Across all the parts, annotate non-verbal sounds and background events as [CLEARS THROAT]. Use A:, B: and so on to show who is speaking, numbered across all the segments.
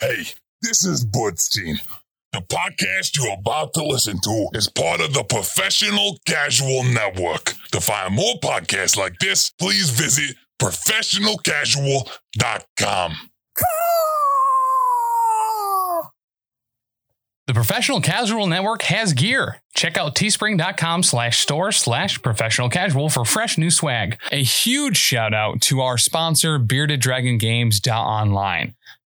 A: Hey, this is Budstein. The podcast you're about to listen to is part of the Professional Casual Network. To find more podcasts like this, please visit professionalcasual.com.
B: The Professional Casual Network has gear. Check out teespring.com slash store slash professional casual for fresh new swag. A huge shout out to our sponsor, Bearded Dragon Games Online.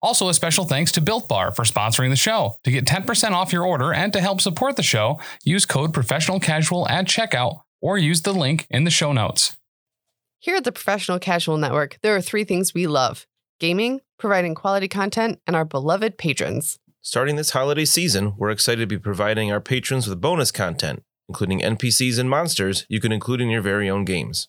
B: Also, a special thanks to Built Bar for sponsoring the show. To get 10% off your order and to help support the show, use code professional casual at checkout or use the link in the show notes.
C: Here at the Professional Casual Network, there are three things we love gaming, providing quality content, and our beloved patrons.
D: Starting this holiday season, we're excited to be providing our patrons with bonus content, including NPCs and monsters you can include in your very own games.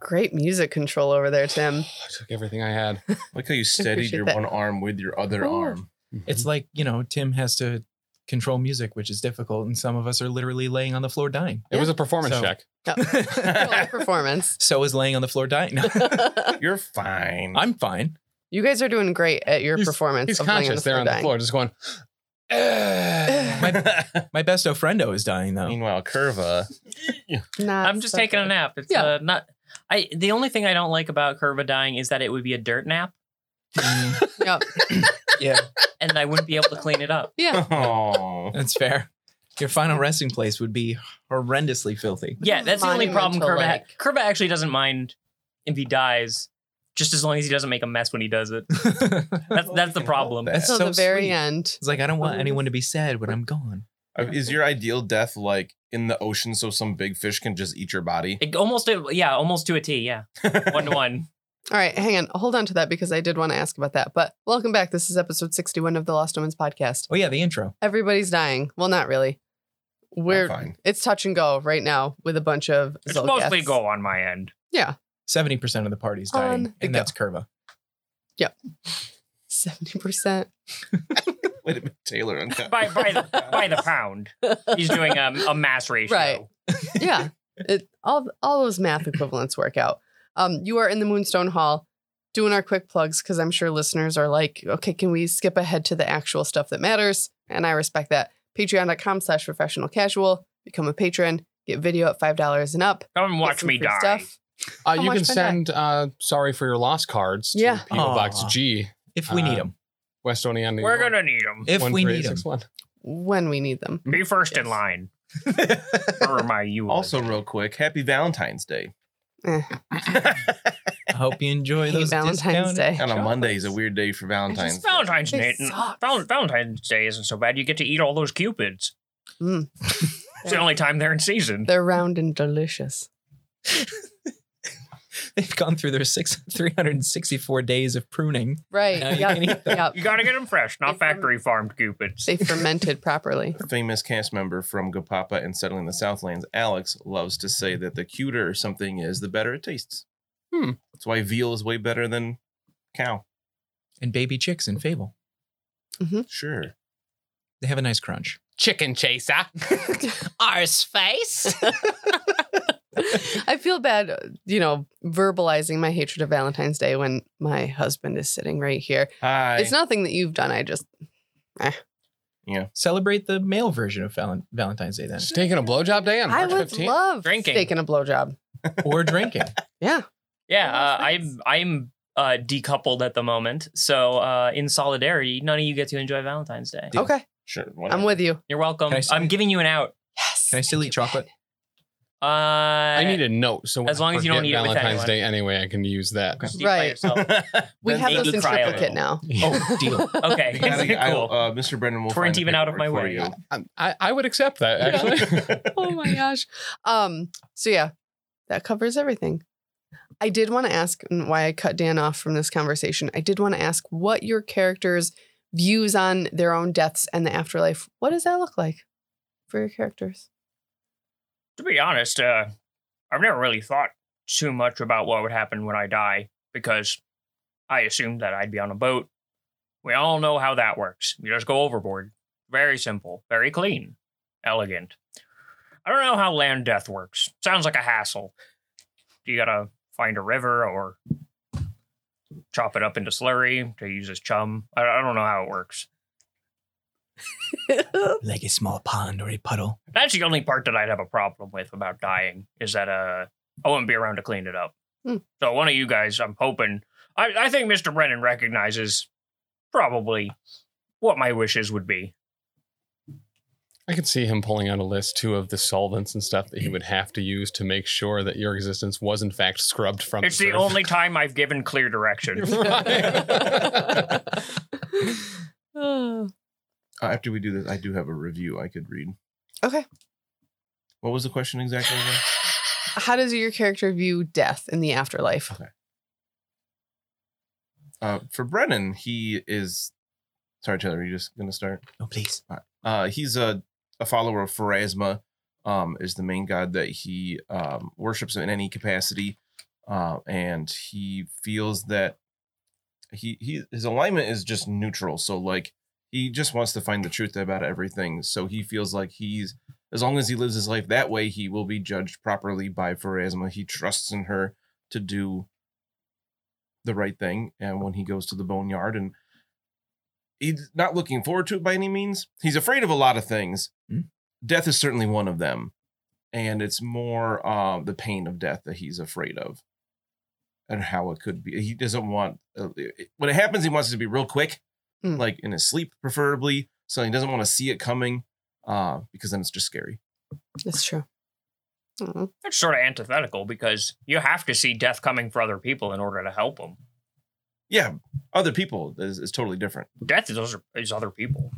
C: Great music control over
B: [LAUGHS]
C: there, Tim.
B: I took everything I had.
D: Like how you steadied
C: Appreciate
D: your
C: that.
D: one arm with your other
C: Cool.
D: arm.
C: Mm-hmm.
E: It's like, you know, Tim has to control music, which is difficult, and some of us are literally laying on the floor dying.
B: It was a performance
E: So-
B: check.
C: Total performance.
E: so is laying on the floor dying. No,
D: You're fine. [LAUGHS]
E: I'm fine.
C: [LAUGHS] you guys are doing great at your
B: He's-
C: performance.
B: He's
C: of laying
B: conscious there on the
C: dying.
B: floor, just going,
E: My best friendo is dying though.
D: Meanwhile, Curva.
C: Not
F: I'm just
C: so
F: taking a
C: good.
F: nap. It's
C: Yeah.
F: uh, not. I the only thing I don't like about Curva dying is that it would be a dirt nap,
E: Mm,
C: Yep.
E: yeah,
F: and I wouldn't be able to clean
C: [LAUGHS]
F: it up.
C: Yeah.
D: Oh.
E: [LAUGHS] that's fair. Your final resting place would be horrendously filthy. [LAUGHS]
F: Yeah, that's the only problem. Curva
C: Monumental,
F: ha-
C: like-
F: Curva actually doesn't mind if he dies, just as long as he doesn't make a mess when he
C: [LAUGHS]
F: does it. That's that's the problem.
E: That's
C: Till
E: so
C: the very
E: sweet.
C: end.
E: It's like I don't
C: Oh.
E: want anyone to be sad when I'm gone.
D: Uh, Is your ideal death like in the ocean so some big fish can just eat your body?
F: It almost yeah, almost to a
C: [LAUGHS]
F: T. Yeah, one to one.
C: All right, hang on. Hold on to that because I did want to ask about that. But welcome back. This is episode 61 of the Lost Omens podcast.
E: Oh yeah, the intro.
C: Everybody's dying. Well, not really. We're
D: fine.
C: it's touch and go right now with a bunch of
F: It's
C: Zolgaths. [LAUGHS]
F: mostly go on my end.
E: Seventy percent of the party's
C: On
E: dying,
C: the
E: and that's Curva.
C: 70%.
D: Wait a minute, Taylor. uncut.
F: By by the by the pound, he's doing um,
C: [LAUGHS]
F: a mass ratio.
C: Right.
F: [LAUGHS]
C: yeah, it, all all those math equivalents work out. Um, you are in the Moonstone Hall, doing our quick plugs because I'm sure listeners are like, okay, can we skip ahead to the actual stuff that matters? And I respect that. Patreon.com/slash professional casual. Become a patron. Get video at five dollars and up.
F: Come and
C: Get
F: watch
C: some
F: me
C: free
F: die.
B: Uh,
C: How
B: you
C: much
B: can
C: for that?
B: send uh, sorry for your lost cards to
C: Yeah.
B: P.O. Box
E: Aw.
B: G,
E: If we need
B: Uh,
E: them,
B: West Oneonta. New
F: We're
B: York,
F: gonna need him.
E: if we need them.
B: 13861.
C: when we need them.
F: Be first in
C: [LAUGHS]
F: line. Or my you
D: Also, real quick, happy Valentine's Day.
C: Eh,
E: I hope you
C: [LAUGHS]
E: enjoy
C: hate
E: those
C: Valentine's
E: discounted-
C: Day.
D: [LAUGHS] And on Monday is a weird day for
F: It's
D: Valentine's.
F: Valentine's
C: It
F: Day.
C: sucks.
F: Val- Valentine's Day isn't so bad. You get to eat all those cupids.
C: Mm.
F: It's the only time they're in season.
C: They're round and delicious.
E: [LAUGHS] They've gone through their six, [LAUGHS] 364 days of pruning.
C: Right.
E: Now you
C: Yep.
E: can eat them.
C: Yep.
F: You gotta get them fresh, not
C: They ferment-
F: factory farmed cupids.
C: They fermented properly.
D: Famous cast member from Good Papa and Settling the Southlands, Alex, loves to say that the cuter something is, the better it tastes.
B: Hmm.
D: That's why veal is way better than cow.
E: And baby chicks in Fable.
D: Sure.
E: They have a nice crunch.
B: Chicken chaser.
C: [LAUGHS] I feel bad, uh, you know, verbalizing my hatred of Valentine's Day when my husband is sitting right here.
D: Hi.
C: It's nothing that you've done. I just
E: Celebrate the male version of Valen- Valentine's [LAUGHS] Day then,
B: Taking a blowjob day on
C: I
B: March
C: would
B: 15th.
C: love
F: Drinking.
C: taking a blowjob.
E: or drinking.
C: Yeah,
F: Yeah,
C: Oh,
F: uh,
C: that's
F: I'm I'm uh, decoupled at the moment. So uh, in solidarity, none of you get to enjoy Valentine's Day.
E: Deal.
C: okay,
D: sure.
C: I'm with you.
F: You're welcome.
E: Can I say-
F: I'm giving you an out.
C: Yes.
E: Can I still eat chocolate?
F: Uh,
G: I need a note. So
F: As
G: when I
F: long as you don't
G: forget
F: need it with
G: Valentine's
F: anyone.
G: Day anyway, I can use that. [LAUGHS]
C: Right.
F: Yourself.
C: [LAUGHS] We
D: [LAUGHS] Then
C: have
D: they
C: those
F: do
C: in
F: cry a
C: triplicate
D: [LAUGHS]
F: little.
C: now.
E: Oh,
F: [LAUGHS]
C: [LAUGHS]
E: deal.
F: Okay,
D: Gotta- I'll-
F: cool.
D: uh, Mr. Brendan will
F: Torrent
D: find a
F: even out of
D: paperwork
F: my
D: for
F: [LAUGHS] way.
D: you. uh,
G: I- I, I would accept that actually. [LAUGHS]
F: [LAUGHS]
D: [LAUGHS]
C: oh my gosh. Um, so yeah, that covers everything. I did want to ask and why I cut Dan off from this conversation. I did want to ask what your characters' views on their own deaths and the afterlife. What does that look like for your characters?
F: to be honest, uh, I've never really thought too much about what would happen when I die because I assumed that I'd be on a boat. We all know how that works. You just go overboard. Very simple, very clean, elegant. I don't know how land death works. Sounds like a hassle. You gotta find a river or chop it up into slurry to use as chum. I, I don't know how it works.
E: like a small pond or a [LAUGHS] puddle.
F: That's the only part that I'd have a problem with about dying is that uh I wouldn't be around to clean it up.
C: Hmm.
F: So one of you guys, I'm hoping I, I think Mr. Brennan recognizes probably what my wishes would be.
G: I could see him pulling out a list too of the solvents and stuff that he would have to use to make sure that your existence was in fact scrubbed from.
F: It's the
G: earth.
F: only time I've given clear direction.
E: [LAUGHS]
G: Right.
C: Oh.
D: Uh, after we do this, I do have a review I could read.
C: Okay.
D: What was the question exactly? again?
C: How does your character view death in the afterlife?
D: Uh, for Brennan, he is. Sorry, Taylor, are you just going to start?
E: Oh, please.
D: Uh, he's a, a follower of Pharasma, um, is the main god that he um, worships in any capacity, uh, and he feels that he, he his alignment is just neutral. So like he just wants to find the truth about everything. So he feels like he's as long as he lives his life that way, he will be judged properly by Pharasma. He trusts in her to do the right thing, and when he goes to the boneyard and he's not looking forward to it by any means. He's afraid of a lot of things.
E: Hmm.
D: Death is certainly one of them, and it's more uh, the pain of death that he's afraid of, and how it could be. He doesn't want uh, it- when it happens. He wants it to be real quick,
C: Hmm.
D: like in his sleep, preferably. So he doesn't want to see it coming, uh, because then it's just scary.
C: That's true.
F: [LAUGHS]
C: Oh,
F: That's sort of antithetical because you have to see death coming for other people in order to help them.
D: Yeah, other people is, is totally different.
F: Death is, those are- is other people.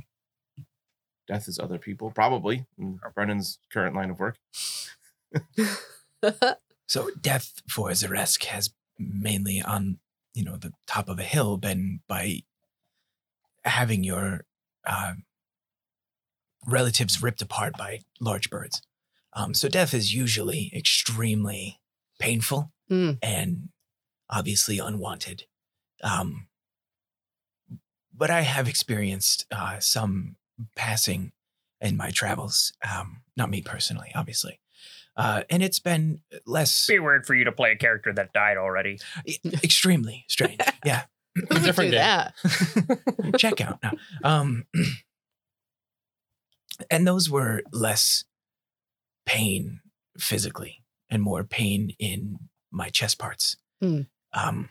D: Death is other people, probably. in Brennan's current line of work.
C: Hmm,
E: So death for Zeresk has mainly on, you know, the top of a hill been by having your uh, relatives ripped apart by large birds. Um, so death is usually extremely painful
C: Mm.
E: and obviously unwanted. Um, but I have experienced uh, some passing in my travels. Um, not me personally, obviously. Uh, and it's been less e,
F: Be weird for you to play a character that died already.
E: extremely strange. Yeah.
C: who would
G: Different
C: do
G: day.
C: that?
E: [LAUGHS] Check out now. Um, [CLEARS THROAT] and those were less pain physically and more pain in my chest parts.
C: Hmm.
E: Um,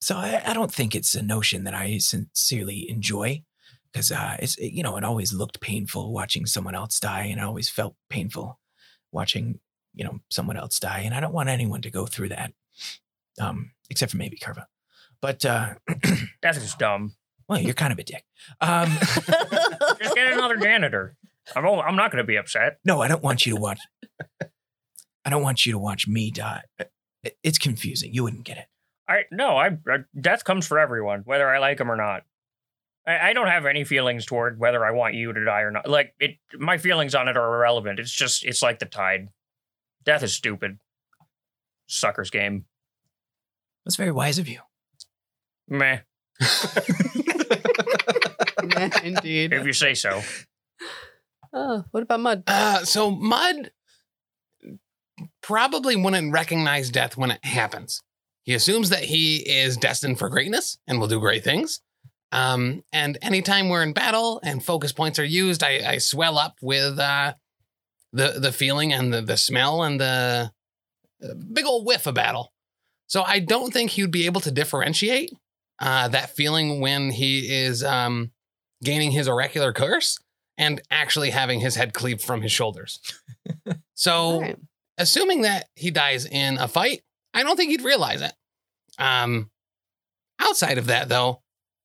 E: so I, I don't think it's a notion that I sincerely enjoy because uh, it's it- you know it always looked painful watching someone else die, and I always felt painful watching you know someone else die, and I don't want anyone to go through that, um, except for maybe Kerva. But uh,
F: Death is dumb.
E: well, you're kind of a dick. Um,
F: Just get another janitor. I'm, all, I'm not going to be upset.
E: no, I don't want you to watch. I don't want you to watch me die. It- It's confusing. You wouldn't get it.
F: I no, I, I death comes for everyone, whether I like them or not. I, I don't have any feelings toward whether I want you to die or not. Like it, my feelings on it are irrelevant. It's just it's like the tide. Death is stupid. Suckers game.
E: That's very wise of you.
F: Meh.
C: Yeah, Indeed.
F: [LAUGHS] If you say so.
C: Oh, what about mud?
G: [LAUGHS] Uh, so Mud probably wouldn't recognize death when it happens. He assumes that he is destined for greatness and will do great things. Um, and anytime we're in battle and focus points are used, I, I swell up with uh, the the feeling and the the smell and the uh, big old whiff of battle. So I don't think he'd be able to differentiate uh, that feeling when he is um, gaining his oracular
C: [LAUGHS]
G: curse and actually having his head cleaved from his shoulders. so
B: Oh.
C: All right.
B: assuming that he dies in a fight, I don't think he'd realize it. Um, outside of that, though,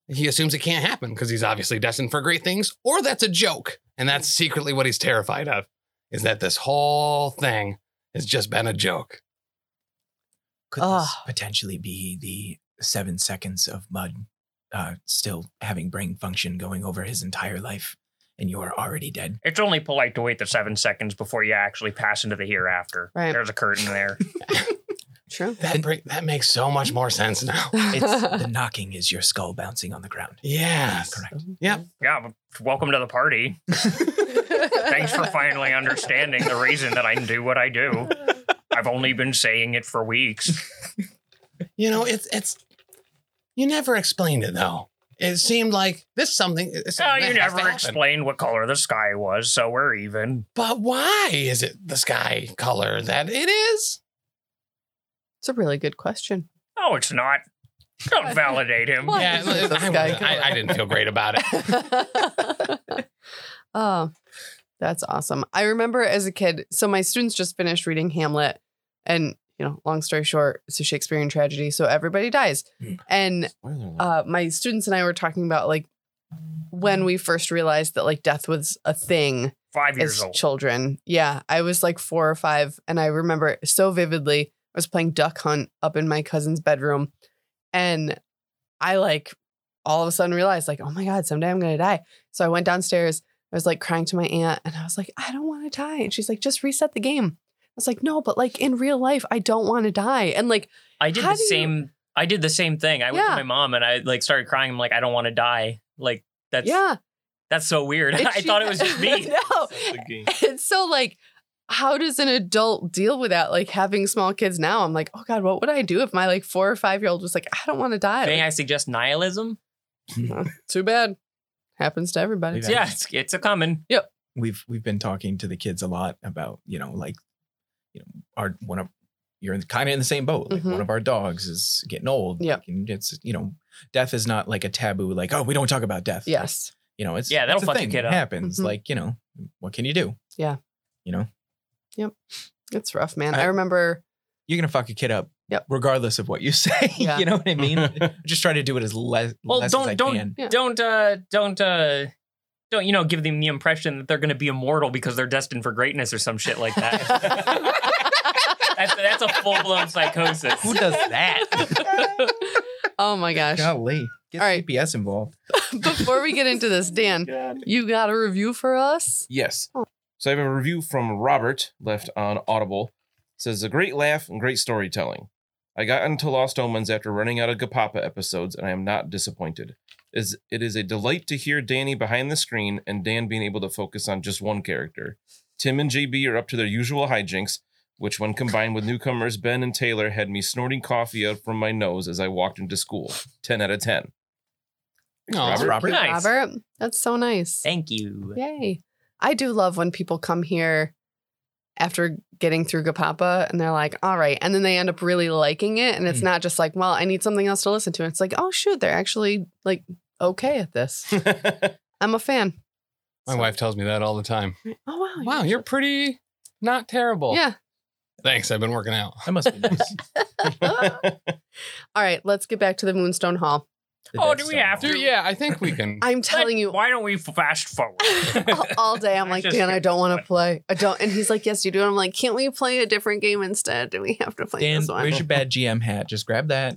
B: he assumes it can't happen because he's obviously destined for great things, or that's a joke. And that's secretly what he's terrified of is that this whole thing has just been a joke.
E: Could this
C: Ah.
E: potentially be the seven seconds of mud uh, still having brain function going over his entire life, and you're already dead?
F: It's only polite to wait the seven seconds before you actually pass into the hereafter.
C: Right.
F: There's a
C: [LAUGHS]
F: curtain there.
C: True.
B: That, br- that makes so much more sense now.
C: [LAUGHS]
E: It's the knocking is your skull bouncing on the ground.
B: Yes.
E: Correct.
B: Yep.
F: yeah, but welcome to the party. Thanks for
C: [LAUGHS]
F: finally understanding the reason that I do what I do. I've only been saying it for weeks.
B: You know, it's, it's, you never explained it though. It seemed like this something. it's
F: Oh,
B: something
F: you
B: that has to
F: never
B: happen.
F: explained what color the sky was, so we're even.
B: But why is it the sky color that it is?
C: It's a really good question. [LAUGHS]
F: No, it's not. Don't validate him.
C: Why
B: Yeah,
C: is
B: I,
C: it the sky
B: I, I
C: color?
B: didn't feel great about it.
C: oh, that's awesome. I remember as a kid, so my students just finished reading Hamlet, and you know, long story short, it's a Shakespearean tragedy, so everybody dies.
E: Hmm.
C: And uh, my students and I were talking about like when we first realized that like death was a thing
F: Five years
C: as
F: old.
C: children. Yeah, I was like four or five, and I remember it so vividly. I was playing duck hunt up in my cousin's bedroom, and I like all of a sudden realized like, oh my god, someday I'm gonna die. So I went downstairs. I was like crying to my aunt, and I was like, I don't want to die. And she's like, just reset the game. I was like, no, but like in real life, I don't want to die. And like,
H: I did
C: How
H: the
C: do you-
H: same. I did the same thing. I went
C: Yeah.
H: to my mom and I like started crying. I'm like, I don't want to die. Like that's
C: yeah,
H: that's so weird. [LAUGHS]
C: It's-
H: I
C: she-
H: thought it
C: [LAUGHS]
H: was just me.
C: no,
D: The game.
C: And so like how does an adult deal with that? Like having small kids now, I'm like, oh God, what would I do if my like four or five year old was like, I don't want to die?
H: May
C: Like,
H: I suggest nihilism?
C: Too bad. Happens to everybody.
E: Yeah.
H: Yeah, it's, it's a common.
E: We've we've been talking to the kids a lot about you know like you know our one of you're kind of in the same boat. Like one
C: Mhm.
E: of our dogs is getting old.
C: Yeah.
E: and it's you know death is not like a taboo. Like oh we don't talk about death.
C: Yes.
E: you know it's
H: Yeah, that'll
E: it's a
H: fuck your
E: thing.
H: kid
E: It
H: up.
E: happens.
C: Mhm.
E: Like you know what can you do?
C: Yeah.
E: you know
C: It's rough, man.
E: I-
C: I, remember
E: you're gonna fuck a kid up.
C: Yep.
E: regardless of what you [LAUGHS] say.
C: Yeah.
E: you know what I
H: [LAUGHS]
E: mean. Just try to do it as less.
H: Well,
E: less as
H: don't
E: I
H: don't
E: can.
C: Yeah.
H: don't uh don't uh don't you know give them the impression that they're going to be immortal because they're destined for greatness or some shit like
C: [LAUGHS]
H: that. that's, that's a full blown psychosis.
E: Who
C: [LAUGHS]
E: does that?
C: Oh my gosh.
E: [LAUGHS] Golly, get
C: All right.
E: CPS involved.
C: Before we get into this, Dan, you got a review for us?
D: Yes.
C: Oh.
D: So I have a review from Robert left on Audible. It says a great laugh and great storytelling. I got into Lost Omens after running out of Gapapa episodes, and I am not disappointed. Is it is a delight to hear Danny behind the screen and Dan being able to focus on just one character. Tim and JB are up to their usual hijinks, which when combined with newcomers Ben and Taylor had me snorting coffee out from my nose as I walked into school. Ten out of ten.
B: No,
E: Robert. Robert.
H: Nice.
C: Robert. That's so nice.
H: Thank you.
C: Yay. I do love when people come here after getting through Gapapa and they're like, all right. And then they end up really liking it. And it's
E: Mm.
C: not just like, well, I need something else to listen to. It's like, oh, shoot, they're actually like okay at
D: [LAUGHS]
C: this. I'm a fan.
B: [LAUGHS] my wife tells me that all the time.
C: Oh, wow.
B: Wow, you're pretty not terrible.
C: Yeah.
B: Thanks. I've been working out.
E: That must be nice.
C: [LAUGHS] Ah." all right. Let's get back to the Moonstone Hall.
E: The
F: Oh,
E: Death
F: do we
E: Star.
F: have to?
B: Dude, yeah, I think we can.
C: I'm telling
F: [LAUGHS]
C: you.
F: Why don't we fast
C: [LAUGHS]
F: forward? [LAUGHS]
C: all- All day, I'm
F: I
C: like,
F: just-
C: Dan, I don't want to play. I don't. And he's like, Yes, you do. And I'm like, Can't we play a different game instead? Do we have to play
E: Dan,
C: this one?
E: where's your bad GM hat? Just grab that.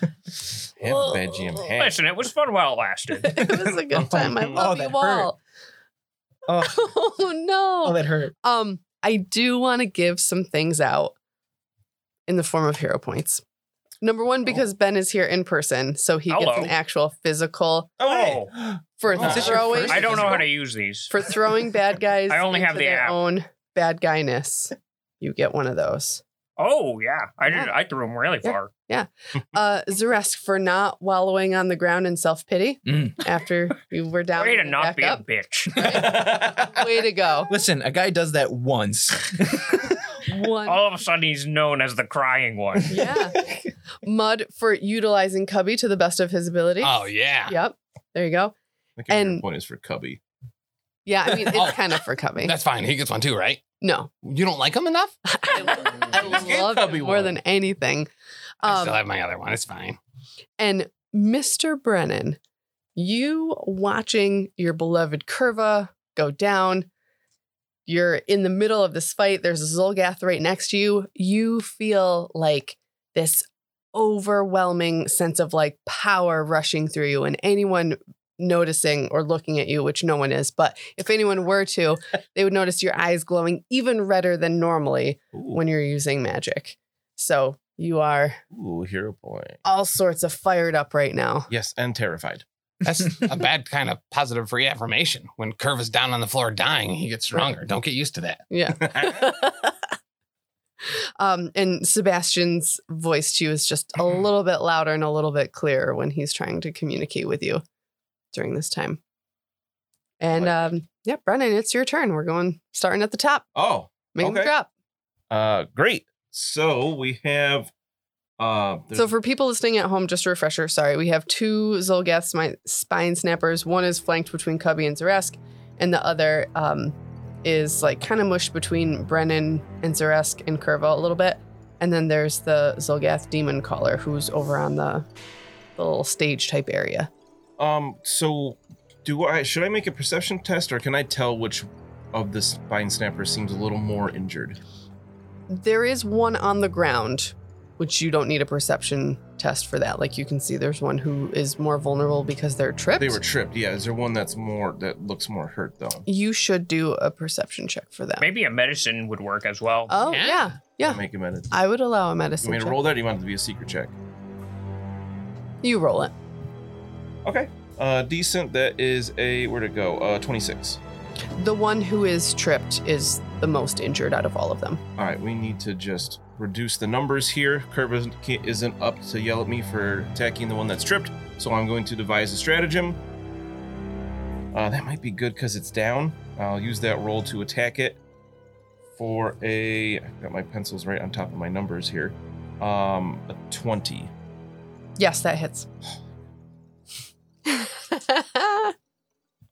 D: Have a bad GM hat.
F: Listen, it was fun while it
C: [LAUGHS]
F: lasted.
C: it was a good time. I
E: Oh,
C: love you
E: that
C: all.
E: Oh.
C: [LAUGHS] Oh no.
E: oh, that hurt.
C: Um, I do want to give some things out in the form of hero points. Number one, because Ben is here in person, so he gets
F: Oh. Hello.
C: an actual physical
F: Oh,
C: for
E: Oh. Is this your
C: throwing
E: first
F: I don't know how to use these.
C: for throwing
F: [LAUGHS]
C: bad guys.
F: I only have
C: into
F: the
C: their
F: app.
C: own bad guyness. You get one of those.
F: Oh yeah, I did.
C: Yeah.
F: I threw them really
C: Yeah.
F: far.
C: Uh, Zeresk for not wallowing on the ground in self pity
E: Mm.
C: after you were down.
F: [LAUGHS] Way to
C: and
F: not
C: back
F: be
C: up. [LAUGHS]
F: a bitch.
D: [LAUGHS]
C: Way to
F: [LAUGHS]
C: go.
E: Listen, a guy does that once.
C: One
F: All of a sudden, he's known as the crying one.
C: [LAUGHS] [LAUGHS] Yeah. Mud for utilizing Cubby to the best of his ability.
B: [LAUGHS] Oh, yeah.
C: Yep. There you go.
D: I think your
C: And-
D: point is for Cubby.
C: Yeah, I mean, it's
B: Oh.
C: kind of for Cubby.
B: That's fine. He gets one too, right?
C: No,
B: You don't like them enough?
C: I
B: can't
C: love
B: probably
C: it more
B: won't.
C: than anything.
B: I still
C: Um,
B: have my other one. It's fine.
C: and Mr. Brennan, you watching your beloved Curva go down. You're in the middle of this fight. There's a Zolgath right next to you. You feel like this overwhelming sense of like power rushing through you, and anyone noticing or looking at you, which no one is, but if anyone were to, they would notice your eyes glowing even redder than normally when you're using magic. So you are
D: Ooh, hero point.
C: all sorts of fired up right now.
D: Yes, and terrified.
C: [LAUGHS]
B: That's a bad kind of positive reaffirmation. When Curve is down on the floor dying, he gets stronger. Don't get used to that.
C: Yeah. um, and Sebastian's voice to you is just a little bit louder and a little bit clearer when he's trying to communicate with you during this time. And um, yeah, Brennan, it's your turn. We're going starting at the top.
D: [LAUGHS] Oh,
C: Make
D: Okay.
C: them drop.
D: uh, great. So we have. Uh,
C: So for people listening at home, just a refresher. Sorry, we have two Zolgath smi- spine snappers. One is flanked between Cubby and Zaresk, and the other um, is like kind of mushed between Brennan and Zaresk and Curva a little bit. And then there's the Zolgath demon caller who's over on the, the little stage type area.
D: um, so do I? Should I make a perception test, or can I tell which of the spine snapper seems a little more injured?
C: There is one on the ground, which you don't need a perception test for that. Like you can see, there's one who is more vulnerable because they're tripped.
D: They were tripped. Yeah. Is there one that's more that looks more hurt though?
C: you should do a perception check for that.
H: Maybe a medicine would work as well.
C: Oh
B: Yeah.
C: yeah, yeah.
D: Make him edit.
C: I would allow a
D: You
C: medicine
D: want me to
C: check.
D: roll that? Or you want it to be a secret check?
C: You roll it.
D: Okay. Uh, decent. That is a where to go? Uh, twenty-six.
C: The one who is tripped is the most injured out of all of them.
D: All right, we need to just reduce the numbers here. Curve isn't- can't- isn't up to yell at me for attacking the one that's tripped, so I'm going to devise a stratagem. Uh, that might be good because it's down. I'll use that roll to attack it for a. I've got my pencils right on top of my numbers here. Um, a 20.
C: Yes, that
D: [LAUGHS]
C: hits.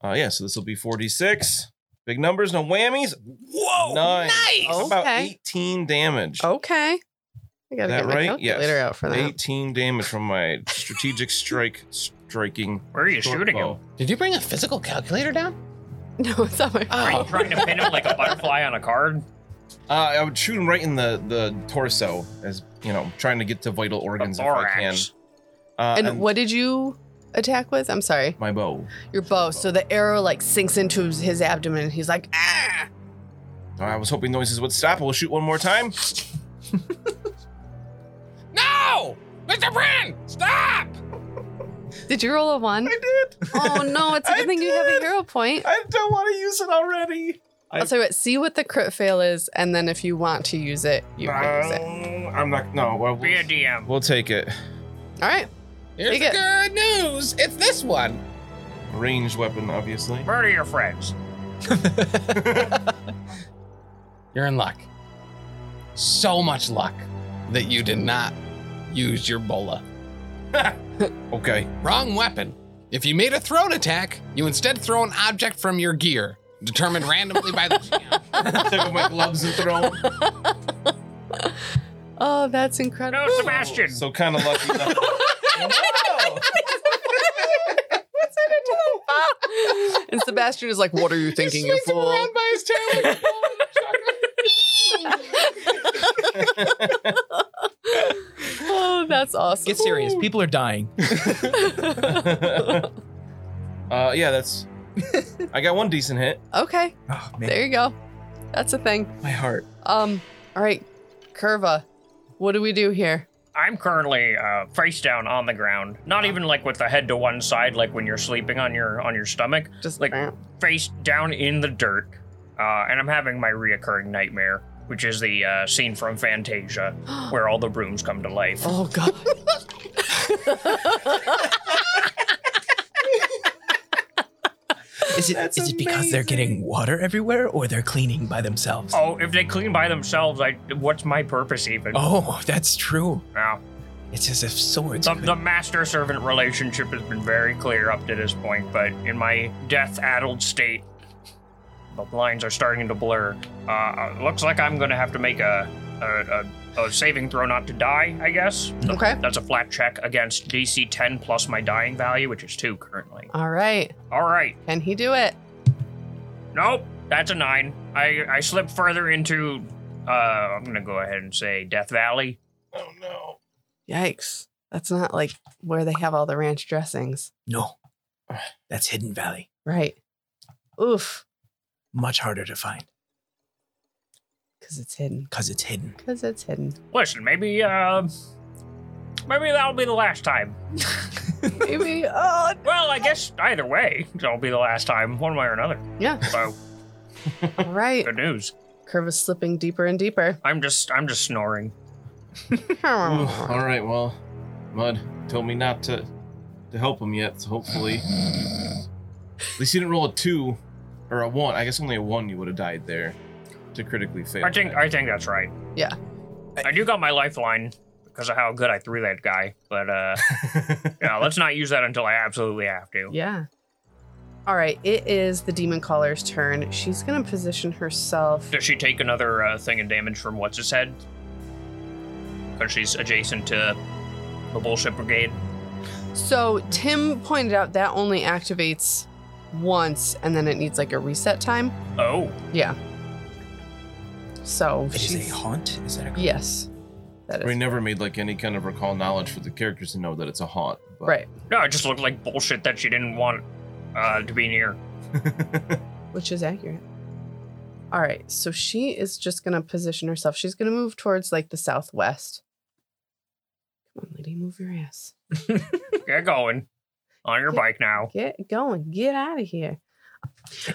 D: Uh, yeah, so this will be 46. Big numbers, no whammies. Whoa! Nice. How About
C: Okay.
D: 18 damage.
C: okay. I gotta
D: That
C: get my
D: right? Yes.
C: calculator out for that.
D: 18 damage from my strategic strike striking.
H: Where are you
D: short
H: shooting
D: bow.
H: him?
B: Did you bring a physical calculator down?
C: [LAUGHS] No, it's not my
D: Ah.
H: Are
B: Oh.
H: you trying to pin him like a butterfly on a card?
D: Uh, I would shoot him right in the, the torso, as you know, trying to get to vital
H: The
D: organs if I can.
H: thorax.
D: Uh,
C: And what did you attack with? I'm sorry.
D: My bow.
C: Your bow. So the arrow like sinks into his abdomen and he's like, ah!
D: I was hoping noises would stop. We'll shoot one more time.
B: No! Mr. Brin, stop!
C: Did you roll a one?
D: I did.
C: Oh no, it's a
D: I
C: good thing you have a
D: did.
C: hero point.
D: [LAUGHS] I don't want to use it already.
C: I'll tell you what, see what the crit fail is, and then if you want to use it, you can use it.
D: Um, I'm not. No. Well,
H: Be a
D: we'll,
H: DM.
D: we'll take it.
C: All right.
B: Here's
C: Take
B: the good news. It's this one.
D: Ranged weapon, obviously.
H: Murder your friends.
B: You're in luck. So much luck that you did not use your bola.
H: [LAUGHS]
D: Okay.
B: Wrong weapon. If you made a thrown attack, you instead throw an object from your gear, determined randomly
C: [LAUGHS]
B: by the GM.
D: Take off my gloves and throw. 'em.
C: Oh, that's incredible.
H: No,
C: [LAUGHS]
H: Sebastian.
D: So kind of lucky. Enough.
C: and Sebastian is like, "What are you thinking, you fool?"
B: by his tail like a ball in a chocolate.
C: [LAUGHS] Oh, that's awesome.
E: Get serious.
C: Ooh.
E: People are dying.
D: [LAUGHS] uh, yeah, that's. I got one decent hit.
C: [LAUGHS] Okay,
E: Oh, man.
C: there you go. That's a thing.
E: My heart.
C: Um, all right, Curva, what do we do here?
H: I'm currently uh, face down on the ground. Not even like with the head to one side, like when you're sleeping on your on your stomach.
C: Just
H: Like-
C: [SNIFFS]
H: Face down in the dirt, uh, and I'm having my reoccurring nightmare, which is the uh, scene from Fantasia where all the brooms come to life.
C: oh
B: [LAUGHS]
C: god. [LAUGHS]
E: Is it, is it because they're getting water everywhere or they're cleaning by themselves?
H: Oh, if they clean by themselves, I what's my purpose even?
E: Oh, that's true.
H: Now,
E: It's as if swords.
F: Oh.
H: the,
E: could-
H: the master servant relationship has been very clear up to this point, but in my death addled state,
F: The lines are starting to blur. Uh, Uh, looks like I'm gonna have to make a a, a a saving throw not to die. I guess.
C: Okay.
F: That's a flat check against DC 10 plus my dying value, which is two currently.
C: All right.
F: All right.
C: Can he do it?
F: Nope. That's a nine. I I slip further into. Uh, I'm gonna go ahead and say Death Valley.
D: Oh no.
C: Yikes. That's not like where they have all the ranch dressings.
E: No, that's Hidden Valley.
C: Right. Oof.
E: Much harder to find
C: Because it's hidden.
E: because it's hidden.
C: Because it's [LAUGHS] hidden.
F: Listen, maybe uh, maybe that'll be the last time.
C: Maybe. Oh,
F: Well, I guess either way, [LAUGHS] it'll be the last time, one way or another.
C: Yeah.
F: So
C: all right.
F: good news.
C: Curve is slipping deeper and
F: [LAUGHS]
C: deeper.
F: I'm just I'm just snoring.
C: Oh.
D: Ooh, all right, well, Mud told me not to to help him yet, so hopefully. At least you didn't roll a two or a one. I guess only a one you would have died there to critically fail.
F: I think
D: that.
F: I think that's right.
C: Yeah.
F: I do got my lifeline because of how good I threw that guy, but uh,
D: [LAUGHS]
F: yeah, let's not use that until I absolutely have to.
C: Yeah. All right. It is the demon caller's turn. She's going to position herself.
F: Does she take another uh, thing of damage from what's his head? Because she's adjacent to the bullshit brigade.
C: So Tim pointed out that only activates once and then it needs like a reset time.
F: Oh,
C: So
E: It is
C: she's-
E: a haunt. Is that a
C: Yes. That
D: we
C: is.
D: never made like any kind of recall knowledge for the characters to know that it's a haunt. But
C: Right.
F: no, it just looked like bullshit that she didn't want uh, to
C: [LAUGHS]
F: be near.
C: Which is accurate. All right. So she is just going to position herself. She's going to move towards like the southwest. Come on, lady, move your ass.
F: Get going on your bike now.
C: Get going. Get out of here.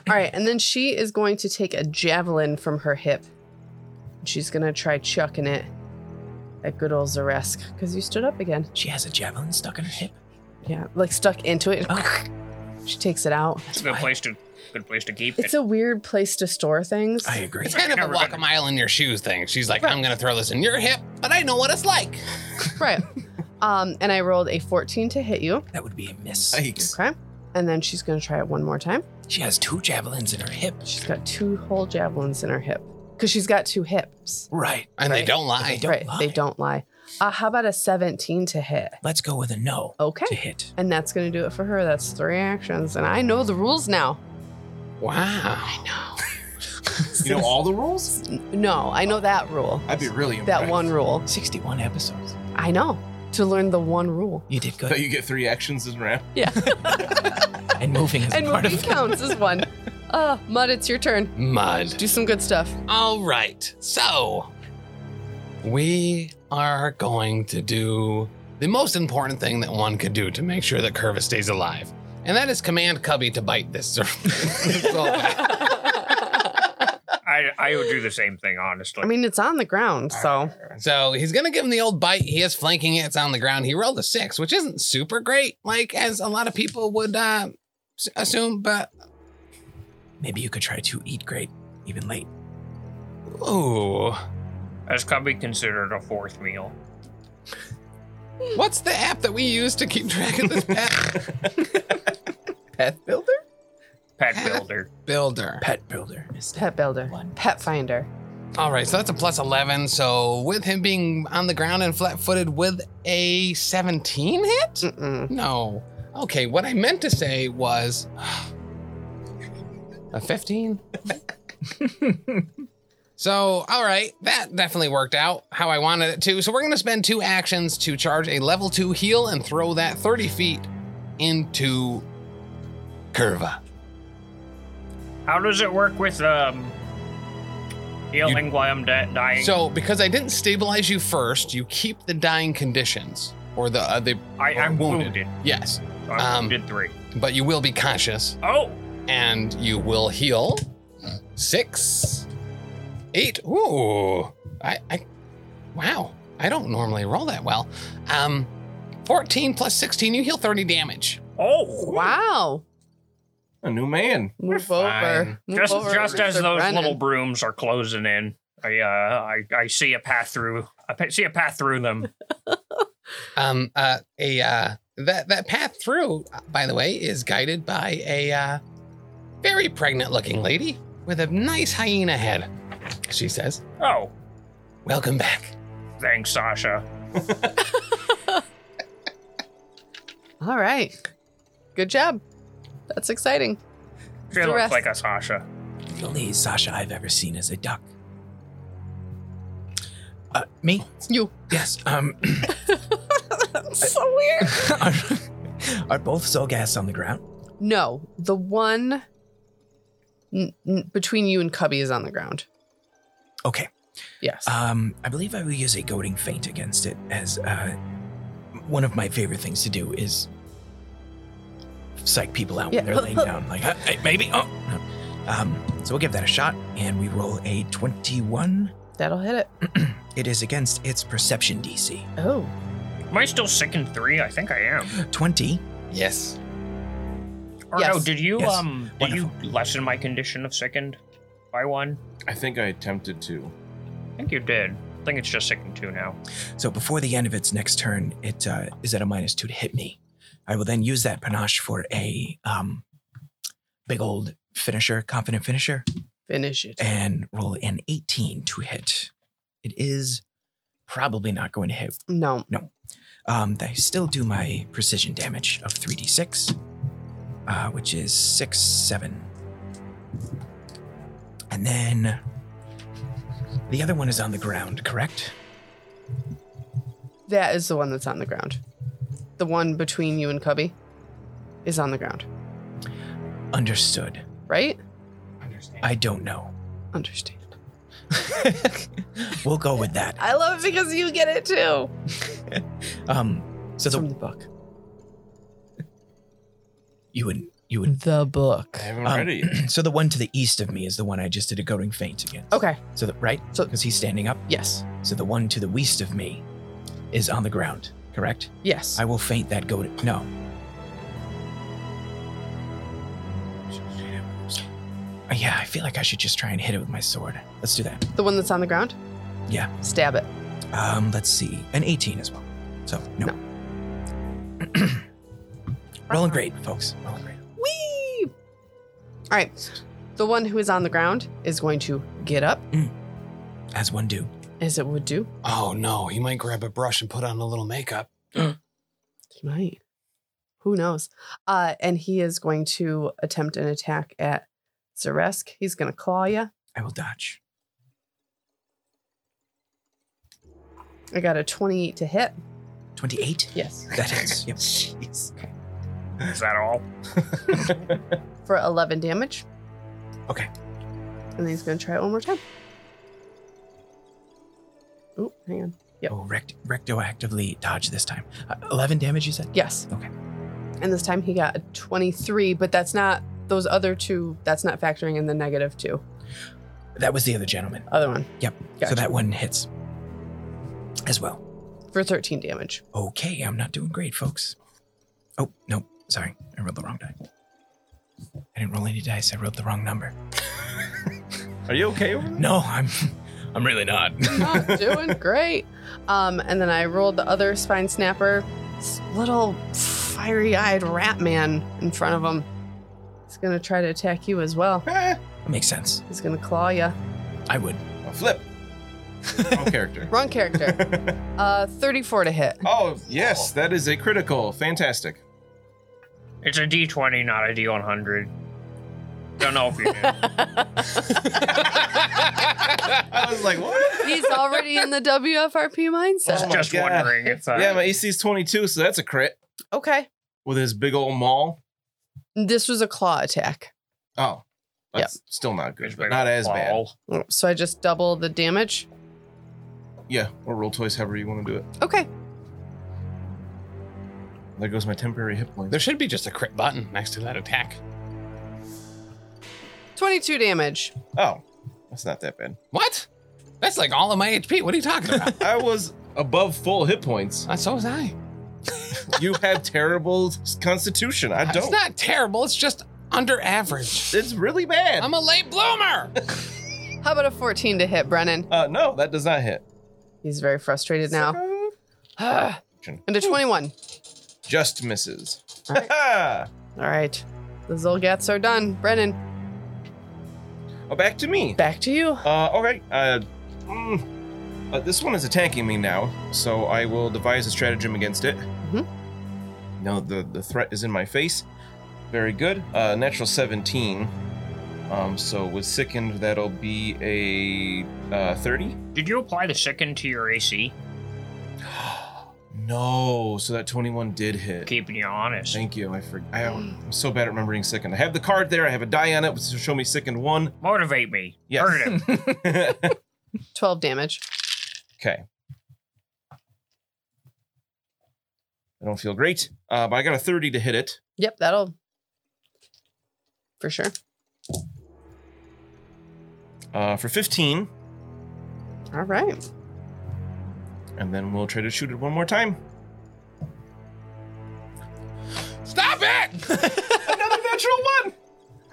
C: All right. And then she is going to take a javelin from her hip. She's going to try chucking it at good old Zaresk because you stood up again.
E: She has a javelin stuck in her hip.
C: Yeah. Like stuck into it.
E: Oh.
C: She takes it out.
F: It's a good place to good place to keep it.
C: It's a weird place to store things.
E: I agree.
B: It's kind of a
F: Never
B: walk
F: better.
B: a mile in your shoes thing. She's like, I'm gonna throw this in your hip, but I know what it's like.
C: Right. Um, and I rolled a 14 to hit you.
E: That would be a miss.
D: Yikes.
C: Okay. And then she's going to try it one more time.
E: She has two javelins in her hip.
C: She's got two whole javelins in her hip because she's got two hips.
E: Right.
B: And
C: Right.
B: they don't
E: They
B: lie.
E: don't
C: right. They
E: lie.
C: don't lie. Uh, how about a 17 to hit?
E: Let's go with a no to
C: Okay.
E: hit.
C: And that's going to do it for her. That's three actions. And I know the rules now.
B: Wow.
D: You
C: [LAUGHS]
D: know all the rules?
C: No, I know that rule.
D: I'd be really impressed.
C: That one rule.
E: 61 episodes.
C: I know to learn the one rule.
E: You did
D: That
E: [LAUGHS] good.
D: you get three actions in a round.
E: And moving is
C: And
E: part
C: movie
E: of it.
C: counts as one.
E: [LAUGHS]
C: Uh, Mud, it's your turn.
B: Mud.
C: Do some good
E: [LAUGHS]
C: stuff.
B: All right. So we are going to do the most important thing that one could do to make sure that Curva stays alive. And that is command Cubby to bite this. [LAUGHS] zer- this little guy.
F: I I would do the same thing
C: [LAUGHS]
F: honestly.
C: I mean, it's on the ground, so.
B: so he's going to give him the old bite. He is flanking it. It's on the ground. He rolled a six, which isn't super great, like as a lot of people would uh, s- assume, but
E: Maybe you could try to eat great, even late.
B: ooh.
F: That's gotta be considered a fourth meal.
B: What's the app that we use to keep track of this pet
E: Pet builder?
C: [LAUGHS]
F: Pet builder.
B: builder?
E: Pet builder.
C: Pet builder.
E: One.
C: Pet finder.
B: All right, so that's a plus 11. So with him being on the ground and flat footed with a 17 hit?
C: Mm-mm.
B: No. Okay, what I meant to say was [SIGHS] a 15. [LAUGHS] so, all right, that definitely worked out how I wanted it to. So we're going to spend two actions to charge a level two heal and throw that 30 feet into Curva.
F: How does it work with um healing while I'm de- dying?
B: So because I didn't stabilize you first, you keep the dying conditions or the uh, the
F: I, I'm
B: wounded.
F: wounded.
B: yes,
F: So I'm
B: Um,
F: wounded three.
B: but you will be conscious
F: Oh,
B: and you will heal six, eight. Ooh, I, I wow, I don't normally roll that well. Um, fourteen plus sixteen, you heal thirty damage.
F: oh,
C: Wow.
D: A new man.
C: Move
B: We're
C: over.
B: fine.
C: Move
F: Just
C: over,
F: just as
C: Mr.
F: those
C: Brennan.
F: little brooms are closing in, I uh I, I see a path through. I pa- see a path through them.
B: Um, uh, a uh, that that path through, uh, by the way, is guided by a uh, very pregnant looking lady. with a nice hyena head. She says,
F: Oh,
B: Welcome back.
F: thanks, Sasha.
C: All right. Good job. That's exciting.
F: She
C: The
F: looks
C: rest-
F: like a Sasha.
E: The only Sasha I've ever seen is a duck. Uh, me?
C: You.
E: Yes. Um, [LAUGHS]
C: so weird.
E: are, are both Zolgas on the ground?
C: [LAUGHS] No, the one n- n- between you and Cubby is on the ground.
E: Okay.
C: Yes.
F: Uh,
E: Um, I believe I will use a goading feint against it, as uh, one of my favorite things to do is psych people out
C: Yeah,
E: when they're
C: huh,
E: laying
C: huh.
E: down. Like, "Huh, hey, maybe. Oh, no. Um, so we'll give that a shot, and we roll a 21.
C: That'll hit it.
E: [CLEARS THROAT] It is against its perception DC.
C: Oh.
F: Am I still sick in three? I think I am.
E: 20.
B: Yes.
F: Or no,
C: Yes.
F: did you
E: Yes.
F: um did you lessen my condition of sickened by one?
D: I think I attempted to.
F: I think you did. I think it's just sickened two now.
E: So before the end of its next turn, it uh, is at a minus two to hit me. I will then use that panache for a um, big old finisher, confident finisher.
C: Finish
F: eh.
C: it.
E: and roll an 18 to hit. It is probably not going to hit.
C: No.
E: Um, I still do my precision damage of 3d6, uh, which is 6, 7. And then the other one is on the ground, correct?
C: That is the one that's on the ground. The one between you and Cubby is on the ground,
E: Understood.
C: right?
F: Understand.
E: I don't know. [LAUGHS]
C: Understand.
E: we'll go with that.
C: I love it because you get it too.
E: Um, so
C: It's from
E: the,
C: the book.
E: you would you would [CLEARS THROAT]
C: The book.
D: I haven't
E: um,
D: read it yet.
E: so the one to the east of me is the one I just did a goading feint against.
C: Okay.
E: So that right?
C: So-
E: because he's standing up.
C: Yes.
E: So the one to the west of me is on the ground, correct?
C: Yes.
E: I will faint that goat. No. Uh, Yeah, I feel like I should just try and hit it with my sword. Let's do that.
C: the one that's on the ground?
E: Yeah.
C: Stab it.
E: Um, let's see. An 18 as well. So, no. [CLEARS THROAT] Rolling great, folks. Rolling great.
C: Whee! All right. The one who is on the ground is going to get up,
E: As one do.
C: as it would do.
B: Oh no, he might grab a brush and put on a little makeup.
C: He might. Who knows? Uh, and he is going to attempt an attack at Zeresk. He's going to claw you.
E: I will dodge.
C: I got a 28 to hit.
E: 28?
C: [LAUGHS] Yes.
E: That hits. Yep.
F: Is that all?
C: For 11 damage.
E: Okay.
C: And then he's going to try it one more time. Oop, hang on. Yep.
E: Oh, rect- rectoactively dodge this time. Uh, 11 damage, you said?
C: Yes.
E: Okay.
C: And this time he got a 23, but that's not those other two. That's not factoring in the negative two.
E: That was the other gentleman.
C: Other one.
E: Yep.
C: Gotcha.
E: So that one hits as well.
C: for 13 [LAUGHS] damage.
E: Okay, I'm not doing great, folks. Oh, no, sorry. I rolled the wrong die. I didn't roll any dice. I rolled the wrong number.
D: Are you okay over there?
E: No, I'm [LAUGHS] I'm really not. [LAUGHS]
C: Not doing great. Um, and then I rolled the other spine snapper. This little fiery eyed rat man in front of him. He's going to try to attack you as well.
E: Makes sense.
C: He's going to claw you.
E: I would.
D: Eh, A flip. Wrong character.
C: Wrong character. Uh, 34 to hit.
D: [LAUGHS] Oh, yes, that is a critical. Fantastic.
F: It's a D twenty, not a D one hundred. Don't know
D: [LAUGHS]
F: if you
D: Oh
F: knew.
D: [LAUGHS] I was like, what?
C: He's already in the WFRP
D: Oh
C: mindset.
D: my
F: just
D: God.
F: wondering if uh,
D: Yeah, my AC is 22, so that's a crit
C: Okay.
D: with his big old maul.
C: This was a claw attack.
D: Oh, that's still not good,
F: it's
D: but not as bad.
F: ball.
C: So I just double the damage.
D: Yeah, or roll twice, however you want to do it.
C: Okay.
D: There goes my temporary hit point.
B: There should be just a crit button next to that attack.
C: 22 damage.
D: Oh, that's not that bad.
B: What? That's like all of my HP. What are you talking about? [LAUGHS]
D: I was above full hit points.
B: Uh, so was I.
D: You have terrible constitution. I
B: It's
D: don't.
B: not terrible. It's just under average.
D: It's really bad.
B: I'm a late bloomer.
C: How about a 14 to hit, Brennan?
D: Uh, no, that does not hit.
C: He's very frustrated now. [SIGHS] and a 21.
D: Just misses.
C: All right. The Zolgats are done. Brennan.
D: [LAUGHS] Oh, back to me.
C: Back to you.
D: Uh, okay. Uh, mm, uh, this one is attacking me now, so I will devise a stratagem against it.
C: Mhm.
D: No, the the threat is in my face. Very good. Uh, natural 17. Um, so with sickened, that'll be a uh, 30.
F: Did you apply the second to your AC?
D: [GASPS] no, so that 21 did hit.
F: Keeping you honest.
D: Thank you. I forgot. I'm so bad at remembering sickened. I have the card there. I have a die on it, which will show me sickened one. [LAUGHS]
F: Motivate me.
D: Yes.
F: Burn
D: [LAUGHS]
F: him.
C: 12 damage.
D: Okay. I don't feel great, uh, but I got a 30 to hit it.
C: Yep, that'll for sure.
D: Uh, for 15,
C: All right.
D: and then we'll try to shoot it one more time.
B: Stop [LAUGHS] it!
D: Another natural one!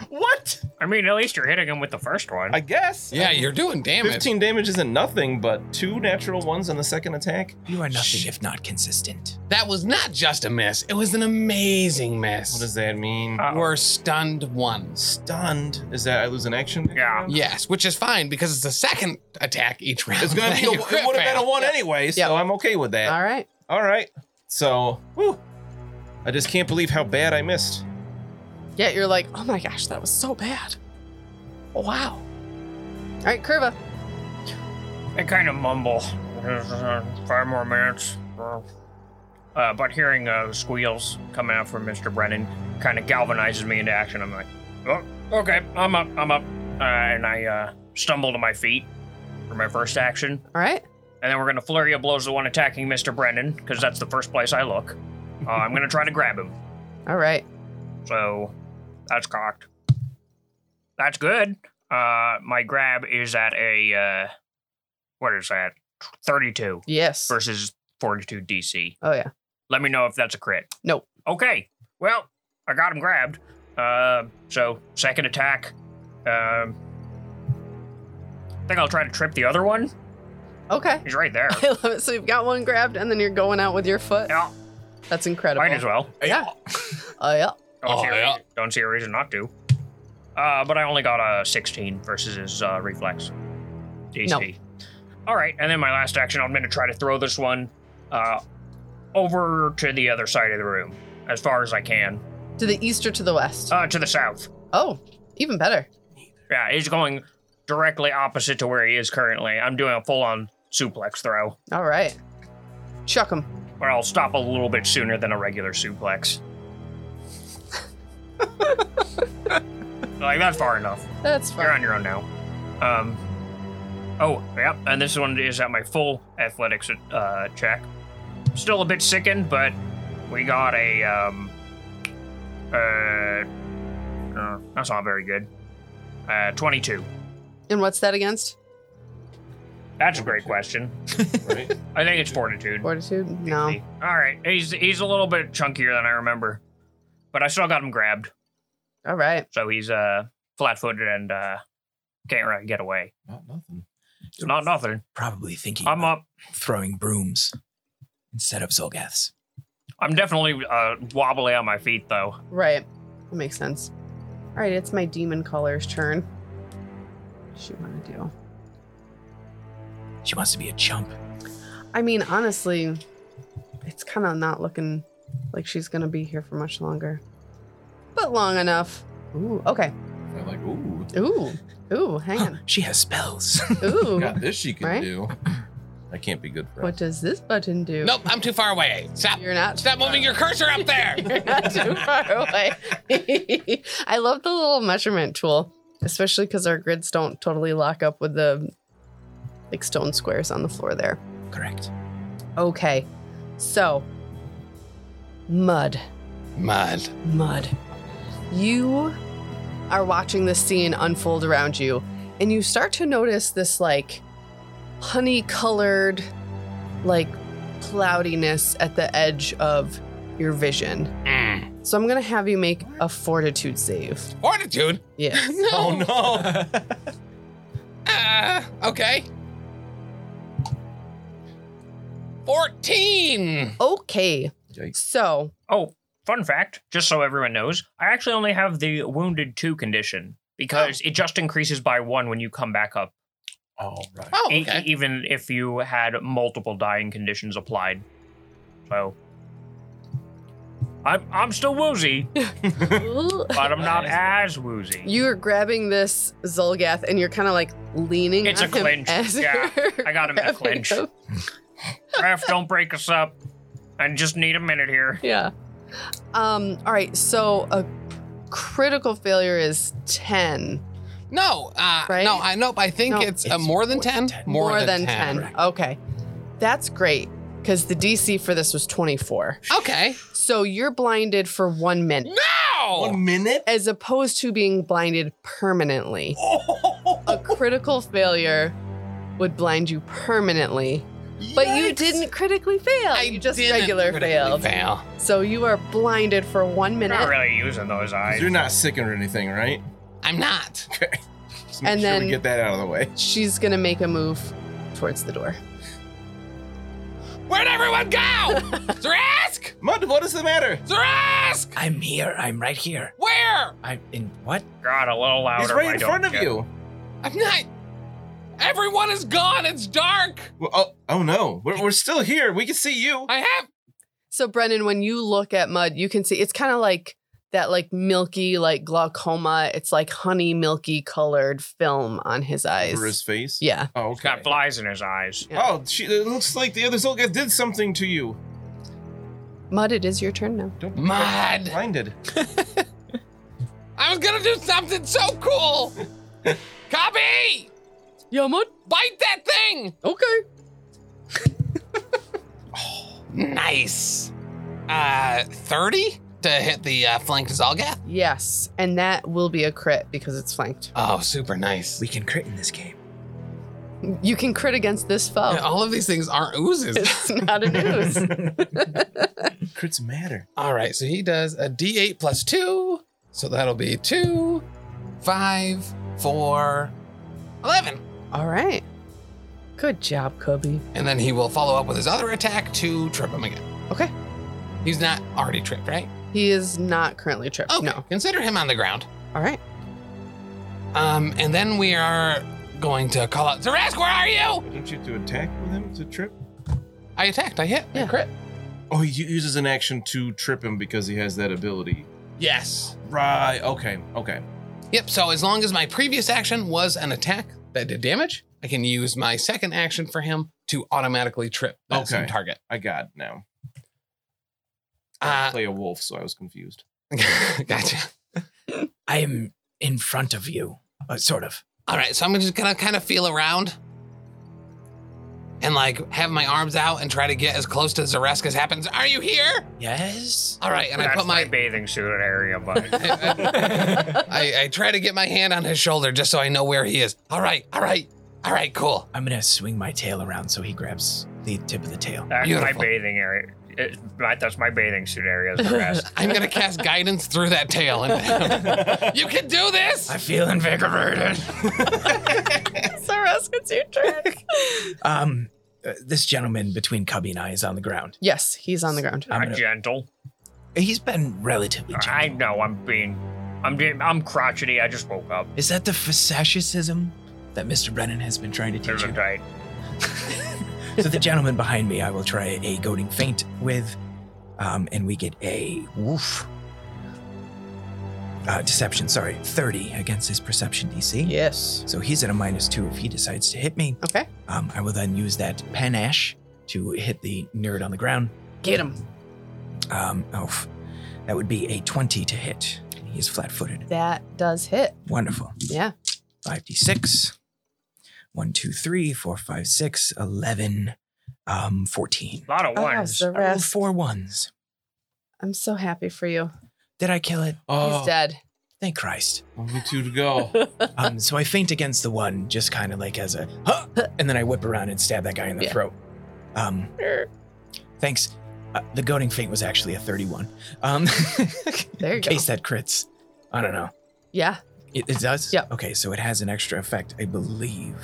D: What?
F: I mean, at least you're hitting him with the first one.
D: I guess.
B: yeah, you're doing damage.
D: 15 damage isn't nothing, but two natural ones on the second attack.
E: You are nothing if not consistent.
B: That was not just a miss. It was an amazing miss.
D: What does that mean?
F: Uh-oh.
B: We're stunned once.
D: Stunned. Is that I lose an action?
F: Yeah.
B: Yes, which is fine because it's the second attack each round. [LAUGHS]
D: It's gonna
B: that
D: be.
B: you
D: A, it would
B: crit
D: have been a
B: fail.
D: one anyway, so
C: Yeah.
D: I'm okay with that.
C: All right.
D: All right. So, whew. I just can't believe how bad I missed.
C: Yeah, you're like, oh my gosh, that was so bad. Wow. All right, Curva.
F: I kind of mumble. [LAUGHS] Five more minutes. Uh, but hearing uh, squeals coming out from Mr. Brennan kind of galvanizes me into action. I'm like, oh, okay, I'm up, I'm up. Uh, and I uh, stumble to my feet for my first action.
C: All right.
F: And then we're going to flurry of blows the one attacking Mr. Brennan, because that's the first place I look. Uh, I'm going to try to grab him.
C: All right.
F: So that's cocked. That's good. Uh, my grab is at a, uh, what is that? 32
C: Yes.
F: versus 42 DC.
C: Oh yeah.
F: Let me know if that's a crit.
C: Nope.
F: Okay. Well, I got him grabbed. Uh, so second attack. Um, I think I'll try to trip the other one.
C: Okay. [LAUGHS]
F: He's right there.
C: I love it. So you've got one grabbed, and then you're going out with your foot.
F: yeah,
C: That's incredible.
F: might as well.
C: Yeah. Oh yeah.
F: Don't, see, a
B: Oh, yeah.
F: reason, don't see a reason not to. Uh, but I only got a 16 versus his uh, reflex DC. All right, and then my last action, I'm going to try to throw this one uh, over to the other side of the room as far as I can,
C: To the east or to the west?
F: uh, to the south.
C: oh, even better.
F: Yeah, he's going directly opposite to where he is currently. I'm doing a full on suplex throw,
C: All right. Chuck him.
F: but I'll stop a little bit sooner than a regular suplex. like, that's far enough.
C: That's fine.
F: You're on your own now. Um, oh, yep, and this one is at my full athletics uh, check. Still a bit sickened, but we got a. Um, uh, uh, that's not very good. Uh, 22.
C: And what's that against?
F: That's a great question. [LAUGHS]
D: Right?
F: I think it's fortitude.
C: Fortitude? No.
F: All right, he's he's a little bit chunkier than I remember, but I still got him grabbed,
C: All right.
F: so he's uh flat-footed and uh can't really get away.
D: Not nothing.
F: It's not nothing.
E: Probably thinking
F: I'm
E: about
F: up.
E: throwing brooms instead of Zolgaths.
F: I'm definitely uh wobbly on my feet though.
C: Right. That makes sense. All right, it's my demon caller's turn. What's she want to do?
E: She wants to be a chump.
C: I mean, honestly, it's kind of not looking like she's going to be here for much longer. But long enough. Ooh, okay.
D: I'm like, ooh,
C: Ooh, ooh,
B: [LAUGHS]
C: hang on.
E: She has spells. [LAUGHS]
C: Ooh.
D: got this she can
C: Right? [LAUGHS]
D: do. That can't be good for
C: What
D: us.
C: does this button do?
B: Nope, I'm too far away. Stop.
C: You're not.
B: Stop moving your cursor up
D: [LAUGHS]
B: there.
C: [LAUGHS] You're not too far away. [LAUGHS] I love the little measurement tool, especially because our grids don't totally lock up with the like stone squares on the floor there.
E: Correct.
C: Okay, so mud,
B: Mud.
C: mud. You are watching this scene unfold around you, and you start to notice this like honey colored, like cloudiness at the edge of your vision.
B: Mm.
C: So I'm gonna have you make a fortitude save.
B: Fortitude.
D: [LAUGHS]
C: Yeah.
F: [LAUGHS]
B: No.
D: Oh no!
B: Uh, okay. 14.
C: Okay.
D: [LAUGHS] Yikes.
C: So
F: Oh, fun fact, just so everyone knows, I actually only have the wounded two condition. because it just increases by one when you come back up,
D: Oh, right.
B: Oh,
F: e-
B: okay.
F: even if you had multiple dying conditions applied. So I'm I'm still woozy,
C: Ooh.
F: but
B: [LAUGHS]
F: I'm not as woozy.
C: You're grabbing this Zolgath and you're kind of like leaning.
F: It's
C: on
F: a
C: him
F: clinch.
C: as
F: Yeah,
C: you're
F: I got him in a
C: grabbing
F: clinch. [LAUGHS]
C: him.
F: Raph, don't break us up. I just need a minute here.
C: Yeah. Um. All right. So a critical failure is ten.
B: No, uh,
C: Right?
B: no, I nope. I think
C: No,
B: it's, uh,
E: it's
B: more than ten.
C: More, than, ten. Okay. That's great because the DC for this was twenty four.
B: Okay.
C: So you're blinded for one minute.
B: No.
D: One minute?
C: as opposed to being blinded permanently.
B: [LAUGHS]
C: A critical failure would blind you permanently, but you didn't critically fail. you just
B: didn't
C: regular
B: critically
C: failed.
B: Fail.
C: So you are blinded for one
F: I'm not
C: minute.
F: really using those eyes.
D: You're not sick or anything, right?
B: I'm not.
D: Just make
C: And
D: sure
C: then-
D: we get that out of the way.
C: She's gonna make a move towards the door.
B: Where'd everyone go?
C: [LAUGHS]
B: Zrask!
D: Mud, what is the matter?
B: Zrask!
E: I'm here. I'm right here.
B: Where?
E: I'm in what?
F: God, a little louder.
D: He's
F: why
D: right in
F: don't
D: front of
F: ya?
D: you.
B: I'm not. Everyone is gone. It's dark.
D: Well, oh, oh no, we're, we're still here. We can see you.
B: I have.
C: So Brennan, when you look at mud, you can see it's kind of like that like milky like glaucoma. It's like honey milky colored film on his eyes.
D: Over his face.
C: Yeah.
D: Oh,
F: He's
D: okay.
F: got flies in his eyes.
C: Yeah.
D: Oh, she, it looks like the other Zolgath did something to you.
C: Mud, it is your turn now.
D: Don't be
B: Mud.
D: blinded.
B: I was gonna do something so cool. Copy.
C: Yeah, Mud.
B: Bite that thing.
C: Okay.
B: [LAUGHS] Oh, Nice. Uh, thirty to hit the uh, flanked Zalgath.
C: Yes, and that will be a crit because it's flanked.
B: Oh, super nice.
E: We can crit in this game.
C: You can crit against this foe.
B: Yeah, all of these things aren't oozes.
C: Oh. [LAUGHS] It's not an
E: [LAUGHS]
C: ooze.
D: Crits matter.
B: [LAUGHS] All right, so he does a d8 plus two. So that'll be two, five, four, eleven.
C: All right. Good job, Kobe.
B: And then he will follow up with his other attack to trip him again.
C: Okay.
B: He's not already tripped, right?
C: He is not currently tripped.
B: Okay.
C: No.
B: Consider him on the ground.
C: All
E: [LAUGHS]
C: right.
B: Um, and then we are going to call out Zerask, where are you?
D: Don't you have to attack with him to trip?
B: I attacked, I hit, I
C: Yeah.
B: crit.
D: Oh, he uses an action to trip him because he has that ability.
B: Yes.
D: Right. Okay. Okay.
B: Yep, so as long as my previous action was an attack that did damage, I can use my second action for him to automatically trip that same
D: Okay.
B: target.
D: I got it now.
C: Ah.
D: I
B: Uh, [LAUGHS]
D: play a wolf, so I was confused.
B: gotcha.
E: I am in front of you, uh, sort of.
B: All right, so I'm just gonna kind of feel around and like have my arms out and try to get as close to Zaresk as happens. Are you here?
E: Yes.
B: All right, and
F: That's
B: I put my.
F: bathing suit
B: [LAUGHS]
F: area, but
B: I, I try to get my hand on his shoulder just so I know where he is. All right, all right, all right, cool.
E: I'm gonna swing my tail around so he grabs the tip of the tail.
F: that's my
B: Beautiful.
F: bathing area. It, right, that's my bathing suit
B: [LAUGHS]
F: area. Is the rest.
B: I'm gonna cast guidance through that tail. And [LAUGHS] you can do this.
E: I feel invigorated.
C: Sarask, it's your turn.
E: Um, uh, this gentleman between Cubby and I is on the ground.
C: [LAUGHS] yes, he's on the ground.
E: I'm
F: I'm
E: gonna-
F: gentle.
E: He's been relatively. Gentle.
F: I know I'm being. I'm de- I'm crotchety. I just woke up.
E: Is that the facetiousism that Mr. Brennan has been trying to teach
F: There's a
E: you?
F: tight.
E: [LAUGHS] So the gentleman behind me, I will try a goading feint with, um, and we get a woof. Uh, deception, sorry, 30 against his perception DC.
C: Yes.
E: So he's at a minus two if he decides to hit me.
C: Okay.
E: Um, I will then use that panache to hit the nerd on the ground.
C: Get him.
E: Um, oh, f- that would be a 20 to hit. And He is flat footed.
C: That does hit.
E: Wonderful.
C: Yeah.
E: 5d6. 1, 2, 3, 4, 5, 6, 11, um, 14.
F: A lot of
C: Oh,
F: ones.
E: I rolled
C: Sarask,
E: four ones.
C: I'm so happy for you.
E: Did I kill it?
C: He's
D: Oh,
C: dead.
E: Thank
D: [LAUGHS]
E: Christ.
D: only two
C: [LAUGHS]
D: to go.
E: Um, so I faint against the one, just kind of like as a, huh! and then I whip around and stab that guy in the
C: Yeah.
E: throat. Um, thanks. Uh, the goading feint was actually a 31. Um, [LAUGHS]
C: There you
E: in
C: go.
E: case that crits. I don't know.
C: Yeah.
E: It, it does?
C: Yep.
E: Okay, so it has an extra effect, I believe,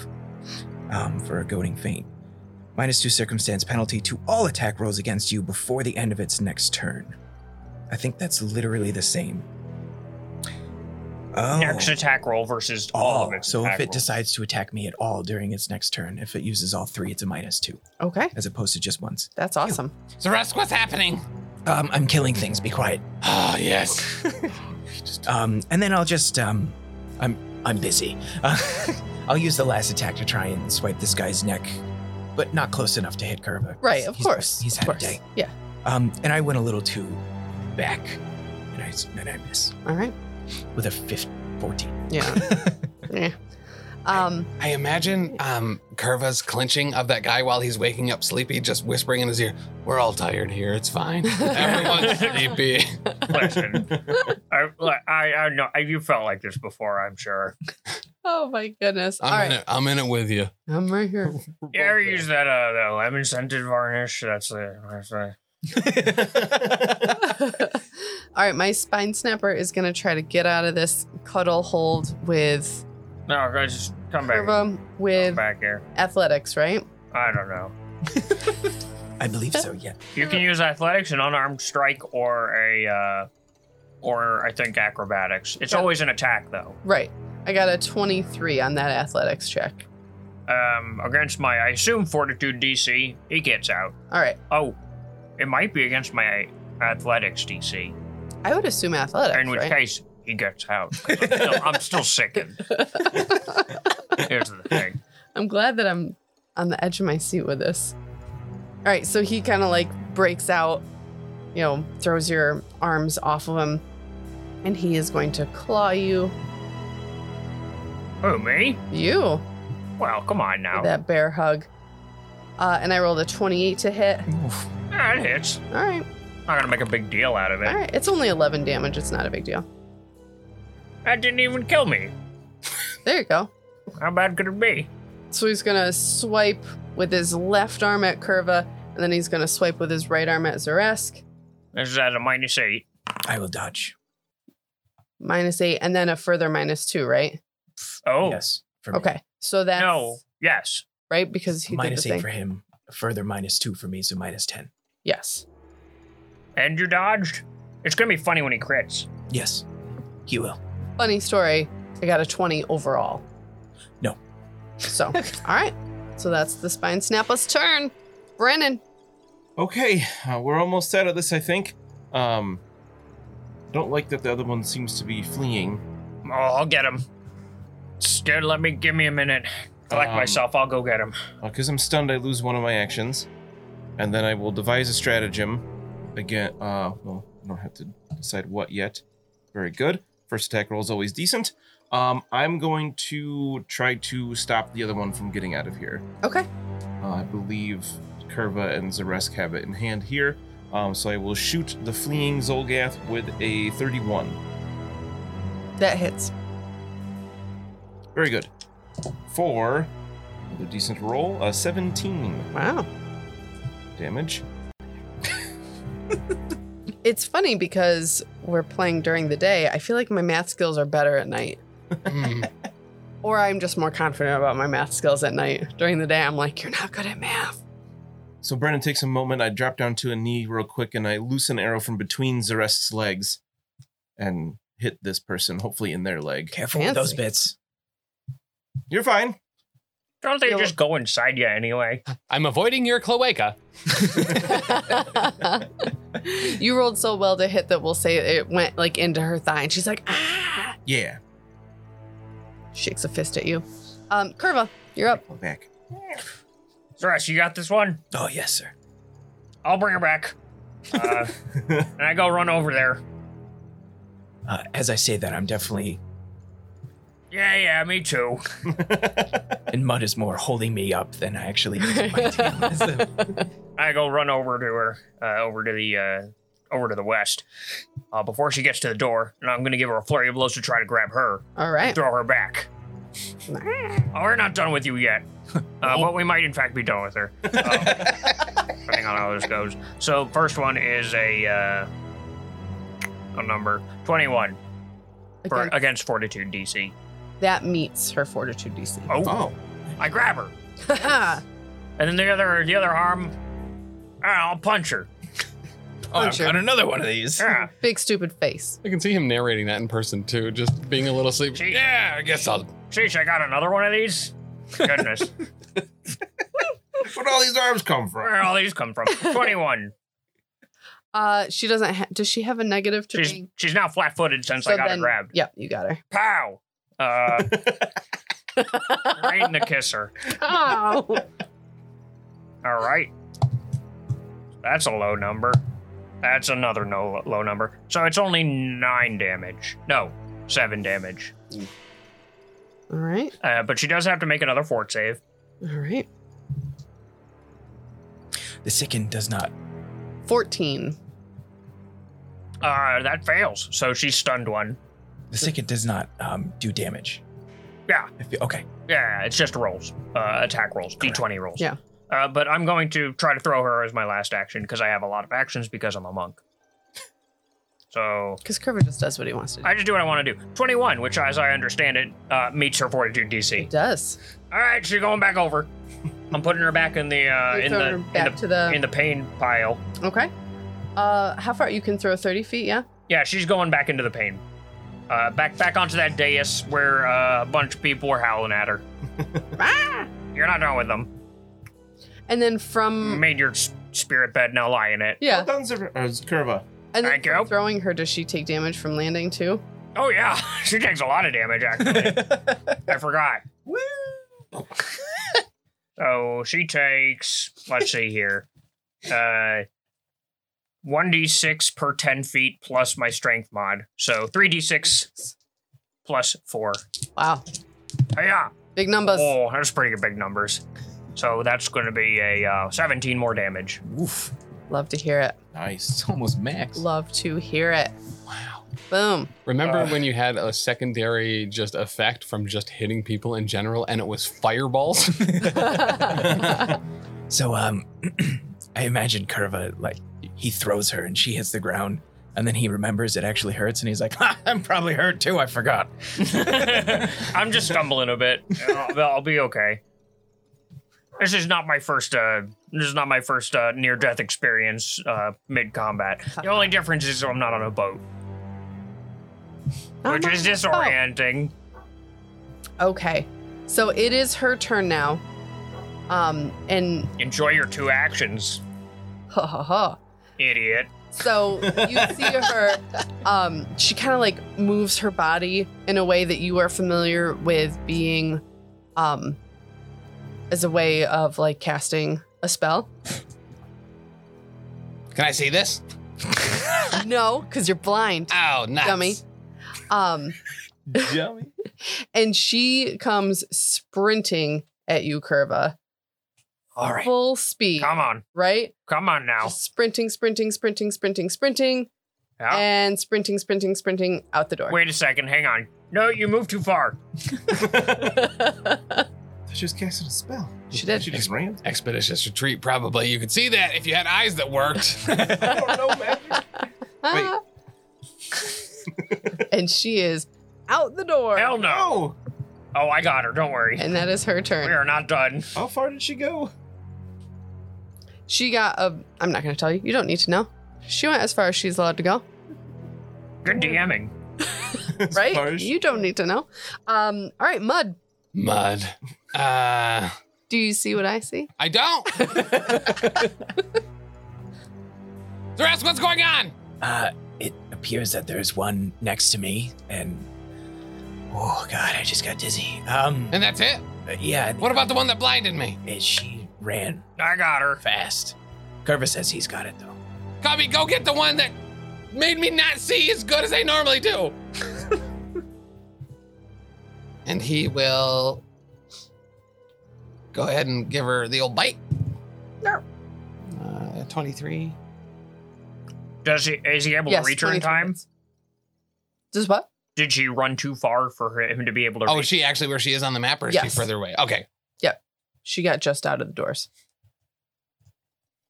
E: um, for a goading feint. Minus two circumstance penalty to all attack rolls against you before the end of its next turn. I think that's literally the same. Oh.
F: next attack roll versus all of its
E: so if
F: attack
E: it
F: roll.
E: decides to attack me at all during its next turn, if it uses all three, it's a minus two,
C: Okay,
E: as opposed to just once.
C: that's awesome.
B: Zaresk, what's happening?
E: Um, I'm killing things. Be quiet.
B: Oh, yes.
E: Um, and then I'll just um, I'm I'm busy. [LAUGHS] Uh, I'll use the last attack to try and swipe this guy's neck, but not close enough to hit Kerba.
C: Right, of
E: He's-
C: course.
E: He's
C: of
E: had a
C: course.
E: day.
C: Yeah.
E: Um, and I went a little too back, and I and I miss
C: All right.
E: with a fifth, fourteen.
C: Yeah.
E: [LAUGHS]
C: yeah. Um.
B: I imagine um, Curva's clinching of that guy while he's waking up sleepy, just whispering in his ear, We're all tired here. It's
C: [LAUGHS]
B: fine. Everyone's sleepy.
E: [LAUGHS]
F: Listen, I, I, I know you felt like this before. I'm sure.
C: Oh my goodness. All
B: I'm, in
C: right.
B: it, I'm in it with you.
C: I'm
B: [LAUGHS]
C: right here.
F: Yeah, I use that uh, that lemon scented varnish. That's the that's the
C: [LAUGHS] All right, my spine snapper is gonna try to get out of this cuddle hold with
F: no. Guys, just come back.
C: Curva
F: Come
C: with
F: back here.
C: athletics, right?
F: I don't know.
E: I believe
C: [LAUGHS]
E: so. Yeah.
F: You can use athletics, an unarmed strike, or a uh, or I think acrobatics. It's
C: Yeah.
F: always an attack though.
C: Right. I got a 23 on that athletics check.
F: Um, against my I assume fortitude DC, he gets out.
C: All right.
F: Oh, it might be against my athletics DC,
C: I would assume athletics,
F: in which
C: right?
F: case he
C: [LAUGHS]
F: gets out. 'cause I'm still, I'm still sickened. Here's the thing.
C: I'm glad that I'm on the edge of my seat with this. All right, so he kind of like breaks out, you know, throws your arms off of him, and he is going to claw you.
F: Who, me?
C: You,
F: Well, come on now.
C: with that bear hug. Uh, and I rolled a 28 to hit.
F: Yeah, it hits.
C: All right,
F: Not gonna make a big deal out of it.
C: all right. It's only 11 damage. It's not a big deal.
F: That didn't even kill me.
C: There you go.
F: How bad could it be?
C: So he's gonna swipe with his left arm at Curva, and then he's gonna swipe with his right arm at Zaresk.
F: This is at a minus eight.
E: I will dodge.
C: Minus eight, and then a further minus two, right?
F: Oh
E: Yes. For me.
C: Okay, so that's
F: no, yes.
C: right because he
E: Minus
C: did the
E: eight
C: thing.
E: for him. A further minus two for me, so minus ten.
C: Yes.
F: And you dodged. It's gonna be funny when he crits.
E: Yes. He will.
C: Funny story. I got a 20 overall.
E: No. [LAUGHS]
C: So, all right. So that's the spine snapper's turn. Brandon.
D: Okay, uh, we're almost out of this, I think. Um, don't like that the other one seems to be fleeing.
F: Oh, I'll get him. Still, let me give me a minute. Collect
D: Um,
F: myself. I'll go get him.
D: Because Uh, I'm stunned, I lose one of my actions, and then I will devise a stratagem. Again, uh, well, I don't have to decide what yet. Very good. First attack roll is always decent. Um, I'm going to try to stop the other one from getting out of here.
C: Okay.
D: Uh, I believe Curva and Zaresk have it in hand here. Um, so I will shoot the fleeing Zolgath with a 31.
C: That hits.
D: Very good. Four. Another decent roll. A 17
C: Wow.
D: damage.
C: It's funny because we're playing during the day. I feel like my math skills are better at night.
B: Hmm.
C: Or I'm just more confident about my math skills at night. During the day, I'm like, you're not good at math.
D: So Brennan takes a moment. I drop down to a knee real quick and I loose an arrow from between Zaresk's legs and hit this person, hopefully in their leg.
E: Careful with those
C: Fancy.
E: bits.
D: You're fine.
F: Don't they
C: Yeah,
F: just go inside you anyway?
B: I'm avoiding your cloaca.
C: you rolled so well to hit that we'll say it went like into her thigh, and she's like, ah,
D: Yeah.
C: shakes a fist at you. Um, Curva, you're up. [LAUGHS]
D: Go back.
F: Zaresh, you got this one.
E: Oh yes, sir.
F: I'll bring her back. Uh, and I go run over there.
E: Uh, as I say that, I'm definitely
F: Yeah, yeah, me too.
E: and mud is more holding me up than I actually need
C: [LAUGHS]
E: my tail. So,
F: I go run over to her, uh, over to the uh, over to the west, uh, before she gets to the door, and I'm gonna give her a flurry of blows to try to grab her,
C: All right.
F: throw her back. Oh, we're not done with you yet, uh, but we might in fact be done with her, um,
D: Oh.
F: depending on how this goes. So first one is a uh, a number twenty-one for,
C: Again,
F: against fortitude DC.
C: that meets her fortitude DC.
F: Oh,
D: [LAUGHS] Oh.
F: I grab her,
C: Haha.
F: Oh.
B: [LAUGHS]
F: and then the other the other arm, uh, I'll punch her.
E: Oh, I've
C: Puncher.
E: got another one of these.
F: Yeah.
C: [LAUGHS] Big stupid face.
B: I can see him narrating that in person too, just being a little sleepy.
F: Gee.
B: Yeah, I guess I'll.
F: Sheesh, I got another one
B: [LAUGHS]
F: of these. Goodness,
D: Where'd all these arms come
F: where
D: from?
F: all these
B: [LAUGHS]
F: come from? Twenty-one.
C: Uh, she doesn't. Ha- does she have a negative to
F: She's
C: being?
F: she's now flat-footed since I
C: So
F: got her
C: then-
F: grabbed.
C: Yep, you got her. [LAUGHS]
F: Pow. Uh, right in the kisser.
C: Oh,
F: All right. That's a low number. That's another no, low number. So it's only nine damage. No, seven damage.
C: all right,
F: Uh, but she does have to make another fort save.
C: all right.
E: The second does not.
C: Fourteen.
F: Uh, that fails. So she's stunned one.
E: The second does not um, do damage.
F: Yeah.
E: I feel- okay.
F: Yeah, it's just rolls, uh, attack rolls, d20 rolls.
C: Yeah.
F: Uh, but I'm going to try to throw her as my last action because I have a lot of actions because I'm a monk. [LAUGHS] So
C: Because Curver just does what he wants to do.
F: I just do what I want to do. 21, which, as I understand it, uh, meets her fortitude DC.
C: It does.
F: All right, she's going back over. [LAUGHS] I'm putting her back in the uh,
C: You're
F: in
C: throwing
F: the,
C: her
F: in
C: back
F: the
C: to the.
F: in the pain pile.
C: okay. Uh, how far you can throw? Thirty feet. Yeah.
F: Yeah, she's going back into the pain. Uh, back back onto that dais where uh, a bunch of people were howling at her.
C: Ah!
F: You're not done with them.
C: And then from
F: Made your s- spirit bed now lie in it.
C: yeah,
D: Well done, Zipper. Uh, Curva.
C: and then
F: Thank
C: from
F: you.
C: throwing her, does she take damage from landing too?
F: Oh yeah, [LAUGHS] she takes a lot of damage actually. I forgot. so she takes. Let's see here. Uh, one d six per ten feet plus my strength mod. So three d six plus four.
C: Wow,
F: Yeah.
C: big numbers.
F: Oh, that's pretty big numbers. So that's going to be a uh, 17 more damage.
E: Oof.
C: Love to hear it.
D: Nice.
E: It's
D: [LAUGHS]
E: almost max.
C: Love to hear it. Wow.
F: [LAUGHS]
C: Boom.
B: Remember
D: Uh.
B: when you had a secondary just effect from just hitting people in general, and it was
C: [LAUGHS]
B: fireballs?
E: So um, [CLEARS THROAT] I imagine Curva like he throws her and she hits the ground, and then he remembers it actually hurts, and he's like, [LAUGHS] ha, "I'm probably hurt too. I forgot."
F: I'm just stumbling a bit. I'll, I'll be okay. This is not my first. Uh, this is not my first uh, near-death experience uh, mid-combat. The only difference is I'm not on a boat,
C: Oh
F: which
C: my-
F: is disorienting.
C: Okay. So it is her turn now. Um, and
F: Enjoy your two actions,
C: ha ha ha.
F: idiot.
C: So you see her, um, she kind of like moves her body in a way that you are familiar with being, um, as a way of like casting a spell.
B: Can I see this?
C: No, because you're blind.
B: Oh, nuts.
C: Dummy. Um,
D: Dummy.
C: and she comes sprinting at you, Curva,
E: All right.
C: full speed,
F: Come on,
C: right?
F: come on now.
C: Just sprinting, sprinting, sprinting, sprinting, sprinting,
F: Yeah.
C: and sprinting, sprinting, sprinting out the door.
F: Wait a second. Hang on. No, you moved too far.
D: She was casting a spell.
C: She did.
D: She just ran.
B: Expeditious retreat, probably. You could see that if you had eyes that
C: [LAUGHS]
B: worked.
D: I don't know, [LAUGHS] magic. Uh-huh.
C: Ah. [LAUGHS] and she is out the door.
F: Hell no.
D: Oh,
F: Oh, I got her. Don't worry.
C: And that is her
F: We
C: turn.
F: are not done.
D: how far did she go?
C: She got a. I'm not going to tell you. You don't need to know. She went as far as she's allowed to go,
F: Good DMing.
D: [LAUGHS] As far
C: right?
D: as-
C: You don't need to know. Um. All right, Mud.
B: Mud. Uh,
C: Do you see what I see?
B: I don't. Thrask, what's going on?
E: Uh, it appears that there's one next to me, and oh god, I just got dizzy. Um,
B: And that's it.
E: uh, yeah,
B: What about the one that blinded me?
E: uh, she ran
F: I got her.
E: fast. Curva says he's got it though.
B: Cubby, go get the one that made me not see as good as I normally do. and he will go ahead and give her the old bite. No. Uh, 23.
F: Does he? Is he able to reach her
C: 23
F: in time?
C: minutes. Does what?
F: Did she run too far for her- him to be able to?
B: Oh,
F: reach?
B: is she actually where she is on the map or is she
C: Yes.
B: further away? Okay.
C: She got just out of the doors.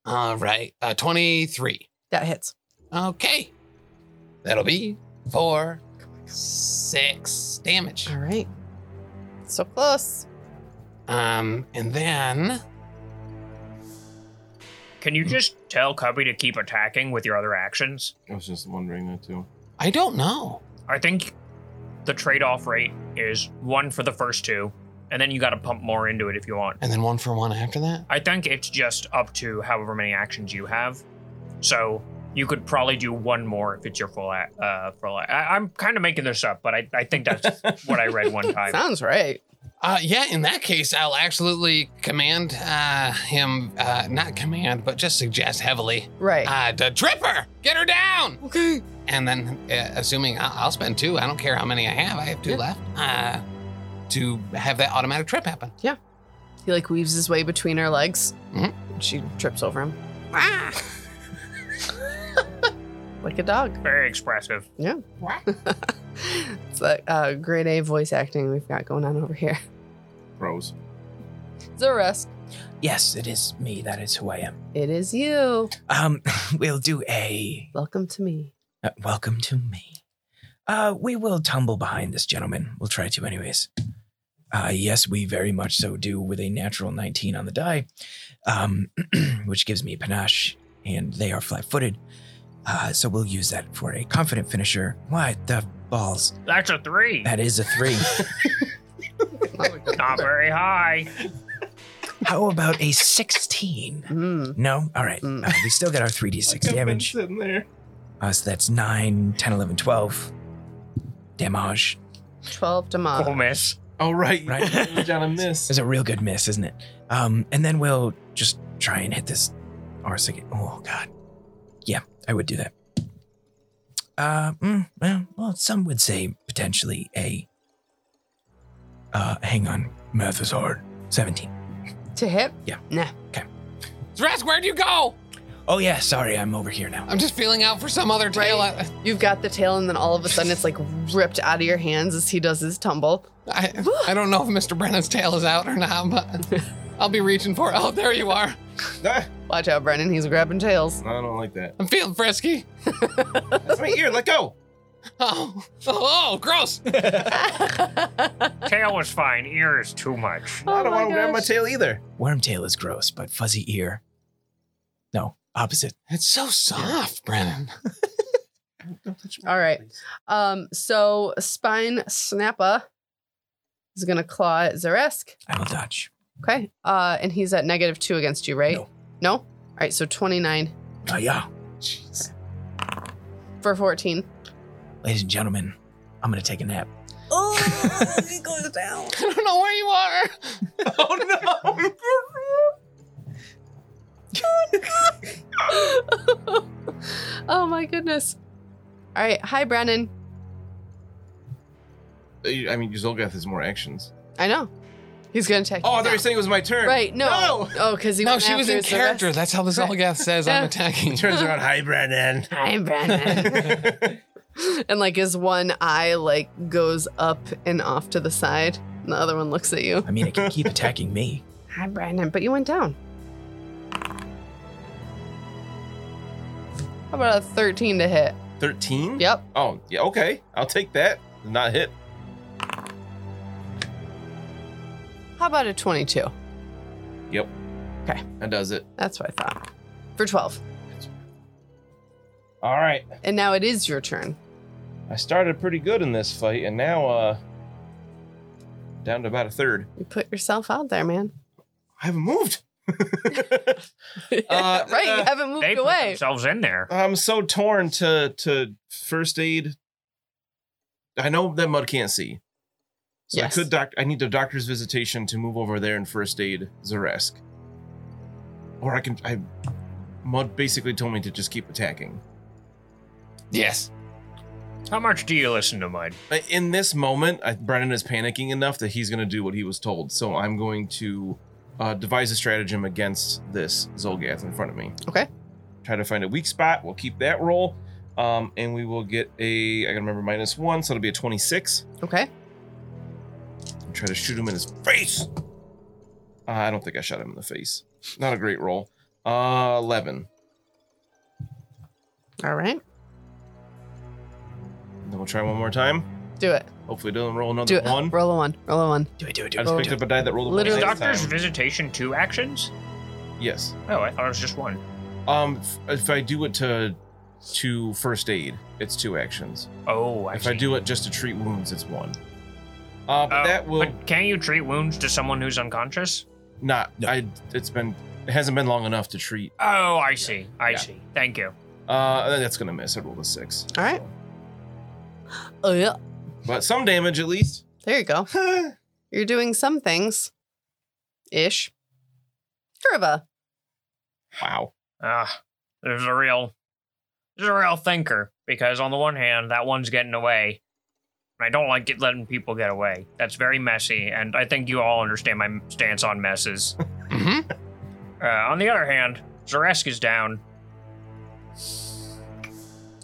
B: All right. Uh, 23.
C: That hits.
B: Okay. That'll be four, six damage.
C: All right. So close.
B: Um, and then
F: Can you just tell Cubby to keep attacking with your other actions?
D: I was just wondering that too.
B: I don't know.
F: I think the trade off rate is one for the first two, and then you got to pump more into it if you want.
B: And then one for one after that.
F: I think it's just up to however many actions you have. So you could probably do one more if it's your full. a- Uh, full. a- I, I'm kind of making this up, but I, I think that's what I read one time.
C: Sounds right.
B: Uh, yeah, in that case, I'll absolutely command uh, him, uh, not command, but just suggest heavily
C: Right.
D: Ah.
B: uh, to trip her, get her down.
C: okay.
B: And then, uh, assuming I'll, I'll spend two, I don't care how many I have, I have two
C: Yeah.
B: left, uh, to have that automatic trip happen.
C: He like weaves his way between her legs.
B: Mhm.
C: And she trips over him. like a dog.
F: Very expressive.
C: It's like uh, grade A voice acting we've got going on over here. [LAUGHS]
D: Pros.
C: Zoresk,
E: Yes, it is me. That is who I am.
C: it is you.
E: Um, [LAUGHS] we'll do a
C: Welcome to me.
E: uh, welcome to me. Uh, we will tumble behind this gentleman. We'll try to, anyways. Uh, yes, we very much so do with a natural 19 on the die, um, [CLEARS THROAT] which gives me panache, and they are flat footed. Uh, so we'll use that for a confident finisher. What the balls?
F: That's a
E: [LAUGHS]
F: three.
E: That is a three.
F: Not very high.
E: How about a 16?
C: Mm.
E: No? All right.
C: Mm.
E: Uh, we still got our 3d6 damage.
D: sitting there.
E: Uh, so that's 9, 10, 11, 12 damage.
C: 12 to
F: Cool
C: mom. [LAUGHS]
F: miss.
D: Oh right,
E: Right.
D: right. [LAUGHS] John, I [LAUGHS] miss.
E: That's a real good miss, isn't it? Um, and then we'll just try and hit this arse again. Oh, God. Yeah, I would do that. Uh, mm, well, well, some would say potentially a. Uh, hang on. Math is hard. 17.
C: To hit?
B: Zrask, where'd you go?
E: Oh, yeah. Sorry, I'm over here now.
B: I'm just feeling out for some other tail. I,
C: You've got the tail, and then all of a sudden it's like ripped out of your hands as he does his tumble.
B: I, I don't know if Mr. Brennan's tail is out or not, but I'll be reaching for it. Oh, there you are.
D: Ah,
C: Watch out, Brennan. He's grabbing tails.
D: I don't like that.
B: I'm feeling frisky.
D: That's my ear. Let go.
B: Oh, oh, oh gross. [LAUGHS]
F: Tail was fine. Ear is too much.
C: Oh
D: I don't
C: my
D: want to grab my
C: gosh.
D: tail either.
E: Wormtail is gross, but fuzzy ear. No, opposite.
B: It's so soft, Brennan.
D: Don't touch
C: All right.
D: please.
C: Um, so Spine Snapper is gonna claw at Zaresk.
E: I will dodge.
C: Okay. Uh, and he's at negative two against you, right?
E: No.
C: No? All right, so 29
E: Oh, yeah.
C: for 14.
E: Ladies and gentlemen, I'm going to take a nap.
B: I don't know where you are.
D: [LAUGHS] Oh
C: oh my goodness. All right. Hi, Brennan.
D: no! You- [LAUGHS] I mean, Zolgath has more actions.
C: I know. He's gonna attack
D: Oh, I
C: you.
D: thought you were saying it was my turn.
C: Right, no.
D: [LAUGHS] No!
C: Oh, because he
B: No,
C: went
B: she was
C: after
B: in
C: Zaresk.
B: character. That's how this all guest says I'm
C: Yeah.
B: attacking.
D: Turns around. [LAUGHS] Hi, Brennan.
C: Hi,
D: [LAUGHS]
C: Brennan. and like his one eye like goes up and off to the side, and the other one looks at you.
E: I mean, it can keep attacking me.
C: Hi, Brandon, but you went down. How about a 13 to hit?
D: Thirteen.
C: Yep.
D: Oh, yeah. Okay, I'll take that. Not hit.
C: How about a 22?
D: That does it.
C: That's what I thought. For 12.
D: All right.
C: And now it is your turn.
D: I started pretty good in this fight, and now uh, down to about a third.
C: You put yourself out there, man. [LAUGHS]
D: I haven't moved. [LAUGHS]
C: right? you
D: uh,
C: haven't moved
F: They put
C: away.
F: themselves in there.
D: I'm so torn to to first aid. I know that Mud can't see, so
C: Yes.
D: I could doc. I need a doctor's visitation to move over there and first aid Zaresk, or I can. I Mud basically told me to just keep attacking.
B: Yes.
F: How much do you listen to Mud?
D: But In this moment, I, Brennan is panicking enough that he's going to do what he was told. So I'm going to uh, devise a stratagem against this Zolgath in front of me.
C: Okay.
D: Try to find a weak spot. We'll keep that roll. Um, and we will get a, I got to remember, minus one. So it'll be a 26.
C: Okay.
D: And try to shoot him in his face. Uh, I don't think I shot him in the face. Not a great roll. Uh, 11.
C: All right.
D: Then we'll try one more time.
C: Do it.
D: Hopefully, it doesn't roll another
C: Do it.
D: one.
C: Roll a one. Roll a one.
E: Do it, do it, do
D: I
E: it.
D: just
E: do
D: picked
E: it.
D: up a die that rolled a one
C: Literally-
F: Is
D: last
F: Doctor's
D: time.
F: Visitation two actions?
D: Yes.
F: Oh, I thought it was just one.
D: Um, f- if I do it to to first aid, it's two actions.
F: Oh, I
D: If I
F: see.
D: do it just to treat wounds, it's one. Uh, but
F: Oh,
D: that will
F: But can you treat wounds to someone who's unconscious?
D: not.
E: No.
D: I. It's been. It hasn't been long enough to treat.
F: Oh, I see. I
D: Yeah.
F: see. Thank you.
D: Uh, that's gonna miss. I rolled a six.
C: All right. Oh, yeah.
D: But some damage at least.
C: There you go. You're doing some things. Ish. Curva.
D: Wow.
F: Ah, there's a real, there's a real thinker because on the one hand, that one's getting away, and I don't like it letting people get away. That's very messy, and I think you all understand my stance on messes.
B: hmm
F: Uh, on the other hand, Zaresk is down.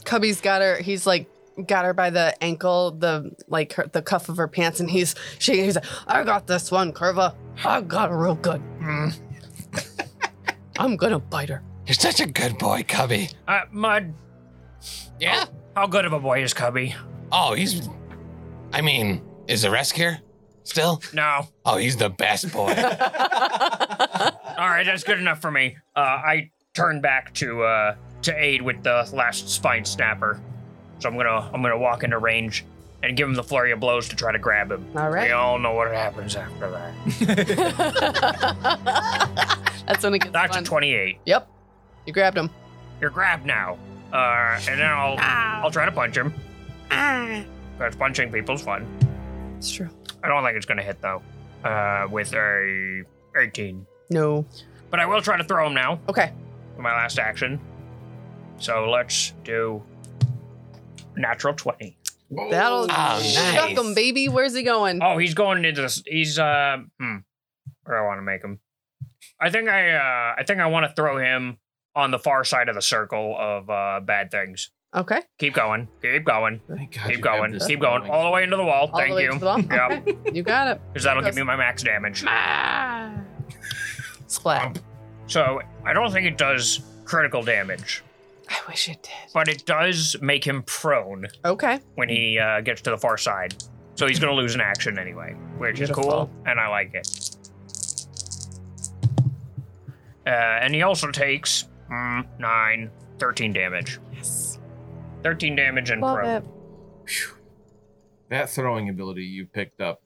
C: Cubby's got her. He's like got her by the ankle, the like her, the cuff of her pants, and he's shaking. He's like, "I got this one, Curva. I got her real good.
F: Mm.
C: I'm gonna bite her."
B: Mm-hmm. You're such a good boy, Cubby.
F: Uh, Mud,
B: Yeah.
F: how good of a boy is Cubby?
B: Oh, he's. I mean, is the rest here still?
F: No.
B: Oh, he's the best boy.
C: [LAUGHS]
F: All right, that's good enough for me. Uh, I turn back to uh, to aid with the last spine snapper, so I'm gonna I'm gonna walk into range and give him the flurry of blows to try to grab him.
C: All [LAUGHS]
F: We
C: right.
F: all know what happens after that.
C: That's when it gets
F: That's a
C: fun.
F: 28.
C: Yep. You grabbed him.
F: You're grabbed now. Uh, and then I'll I'll try to punch him.
C: Ah.
F: Because punching people's fun.
C: It's true.
F: I don't think it's gonna hit though. Uh, with a 18.
C: No.
F: But I will try to throw him now.
C: Okay.
F: for my last action. So let's do natural 20.
C: That'll
B: Oh,
C: chuck
B: nice.
C: him, baby. Where's he going?
F: Oh, he's going into this. He's uh, hmm, where do I want to make him? I think I uh, I think I want to throw him on the far side of the circle of uh, bad things.
C: Okay.
F: Keep going, keep going,
D: Thank God.
F: keep
D: you have
F: going,
D: this
F: keep going,
D: going.
F: all the way into the wall.
C: All
F: Thank
C: the way
F: you.
C: to the wall.
F: Yeah,
C: Okay. [LAUGHS] You got it.
F: because that'll give me my max damage.
C: Splat.
F: So I don't think it does critical damage,
C: I wish it did.
F: but it does make him prone.
C: Okay.
F: when he uh, gets to the far side. So he's gonna lose an action anyway, which is cool,
C: Beautiful.
F: and I like it. Uh, and he also takes mm, 9, 13 damage.
C: Yes.
F: 13 damage and
C: Love
F: pro.
C: it.
D: That throwing ability you picked up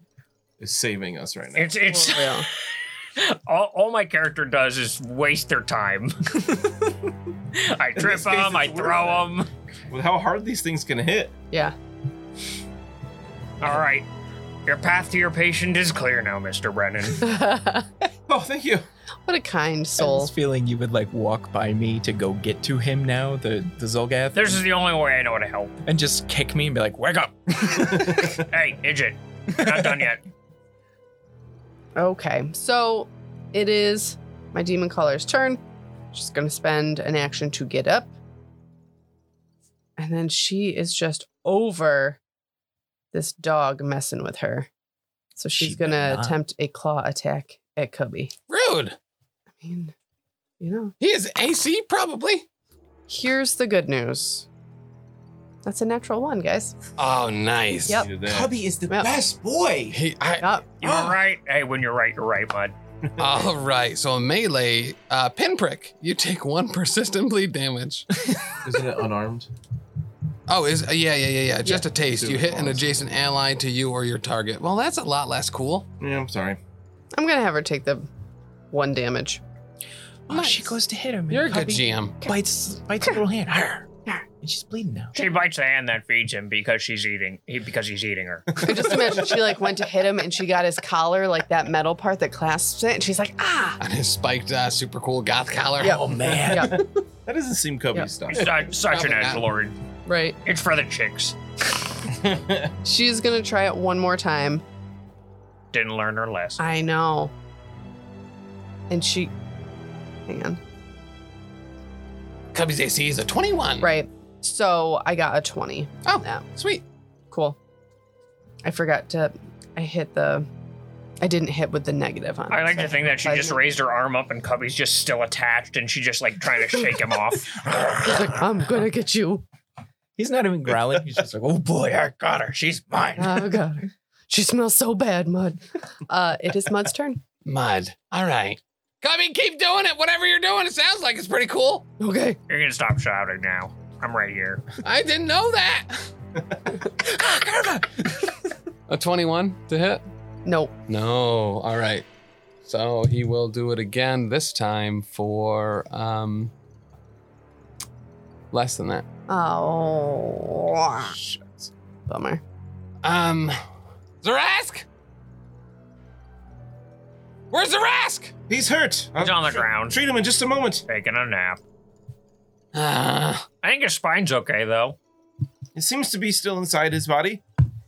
D: is saving us right now.
F: It's, it's,
C: For [LAUGHS] real.
F: [LAUGHS] all, all my character does is waste
D: [LAUGHS]
F: their time. I
D: this
F: trip
D: case,
F: them, I
D: it's
F: throw them.
D: With how hard these things can hit.
C: Yeah.
F: All right. Your path to your patient is clear now,
D: [LAUGHS]
F: Mr. Brennan.
C: what
D: Oh, thank you.
C: a kind
E: I
C: soul.
E: was feeling you would like walk by me to go get to him now, the the Zolgath,
F: This is the only way I know how to help.
E: and just kick me and be like, "Wake up!"
F: Hey, Idjit, you're not done yet.
C: Okay, so it is my demon caller's turn. She's going to spend an action to get up. And then she is just over this dog messing with her. So she's
E: She
C: going
E: better
C: to
E: not.
C: attempt a claw attack at Cubby.
B: Rude.
C: I mean, you know,
B: He is AC, probably.
C: here's the good news. That's a natural one, guys.
B: Oh, nice.
C: Yep.
D: You did that.
E: Cubby is the
C: Well-
E: best boy.
B: He, I,
C: Yup.
F: You
B: Ah.
F: were right. Hey, when you're right, you're right, bud.
B: all right. So a melee, uh, pinprick. You take one [LAUGHS] persistent bleed damage.
D: Isn't it unarmed?
B: Oh, is uh, yeah, yeah, yeah, yeah. Just a taste.
D: Do
B: You
D: it
B: hit an
D: once.
B: adjacent ally to you or your target. Well, that's a lot less cool.
D: Yeah, I'm sorry.
C: I'm going to have her take the one damage.
E: Oh, she
B: Nice.
E: goes to hit him. and
B: You're a good
E: Cubby
B: GM.
E: Bites bites her little hand. Arr. And she's bleeding now.
F: She bites the hand that feeds him because she's eating. He, because he's
B: [LAUGHS]
F: eating her.
C: I just imagine she like went to hit him and she got his collar, like that metal part that clasps it, and she's like, ah.
B: On his spiked, uh, super cool goth collar.
C: Yeah.
E: Oh man.
C: Yeah.
D: That doesn't seem Cubby's
F: He's such, such an
B: Probably not.
F: edge lord.
C: Right.
F: It's for the chicks.
D: stuff.
C: She's gonna try it one more time.
F: Didn't learn her lesson.
C: I know. And she hang on.
B: Cubby's AC is a 21.
C: Right. So I got a 20.
B: Oh.
C: Yeah.
B: Sweet.
C: Cool. I forgot to I hit the I didn't hit with the negative on
F: I
C: it,
F: like
C: so
F: to think that she
C: I-
F: just raised her arm up and Cubby's just still attached, and she just like trying to shake him off.
B: [LAUGHS]
C: She's like, I'm gonna get
F: [LAUGHS]
C: you.
E: He's not even growling. He's just like, "Oh boy, I got her. She's mine."
C: Oh god. She smells so bad, Mud. Uh it Uh, is Mud's turn.
B: Mud. All right. I mean, keep doing it. Whatever you're doing, it sounds like it's pretty cool.
C: Okay.
F: You're gonna stop shouting now. I'm right here.
B: I didn't know that. ah, Gerva! A 21 to hit?
C: Nope.
B: [LAUGHS] No. All right. So he will do it again, this time for um less than that.
C: Oh. Bummer.
B: Um Zarask? Where's Zarask?
D: He's hurt.
F: He's on the ground,
D: Treat him in just a moment.
F: taking a nap.
B: Uh,
F: I think his spine's okay though.
D: It seems to be still inside his body.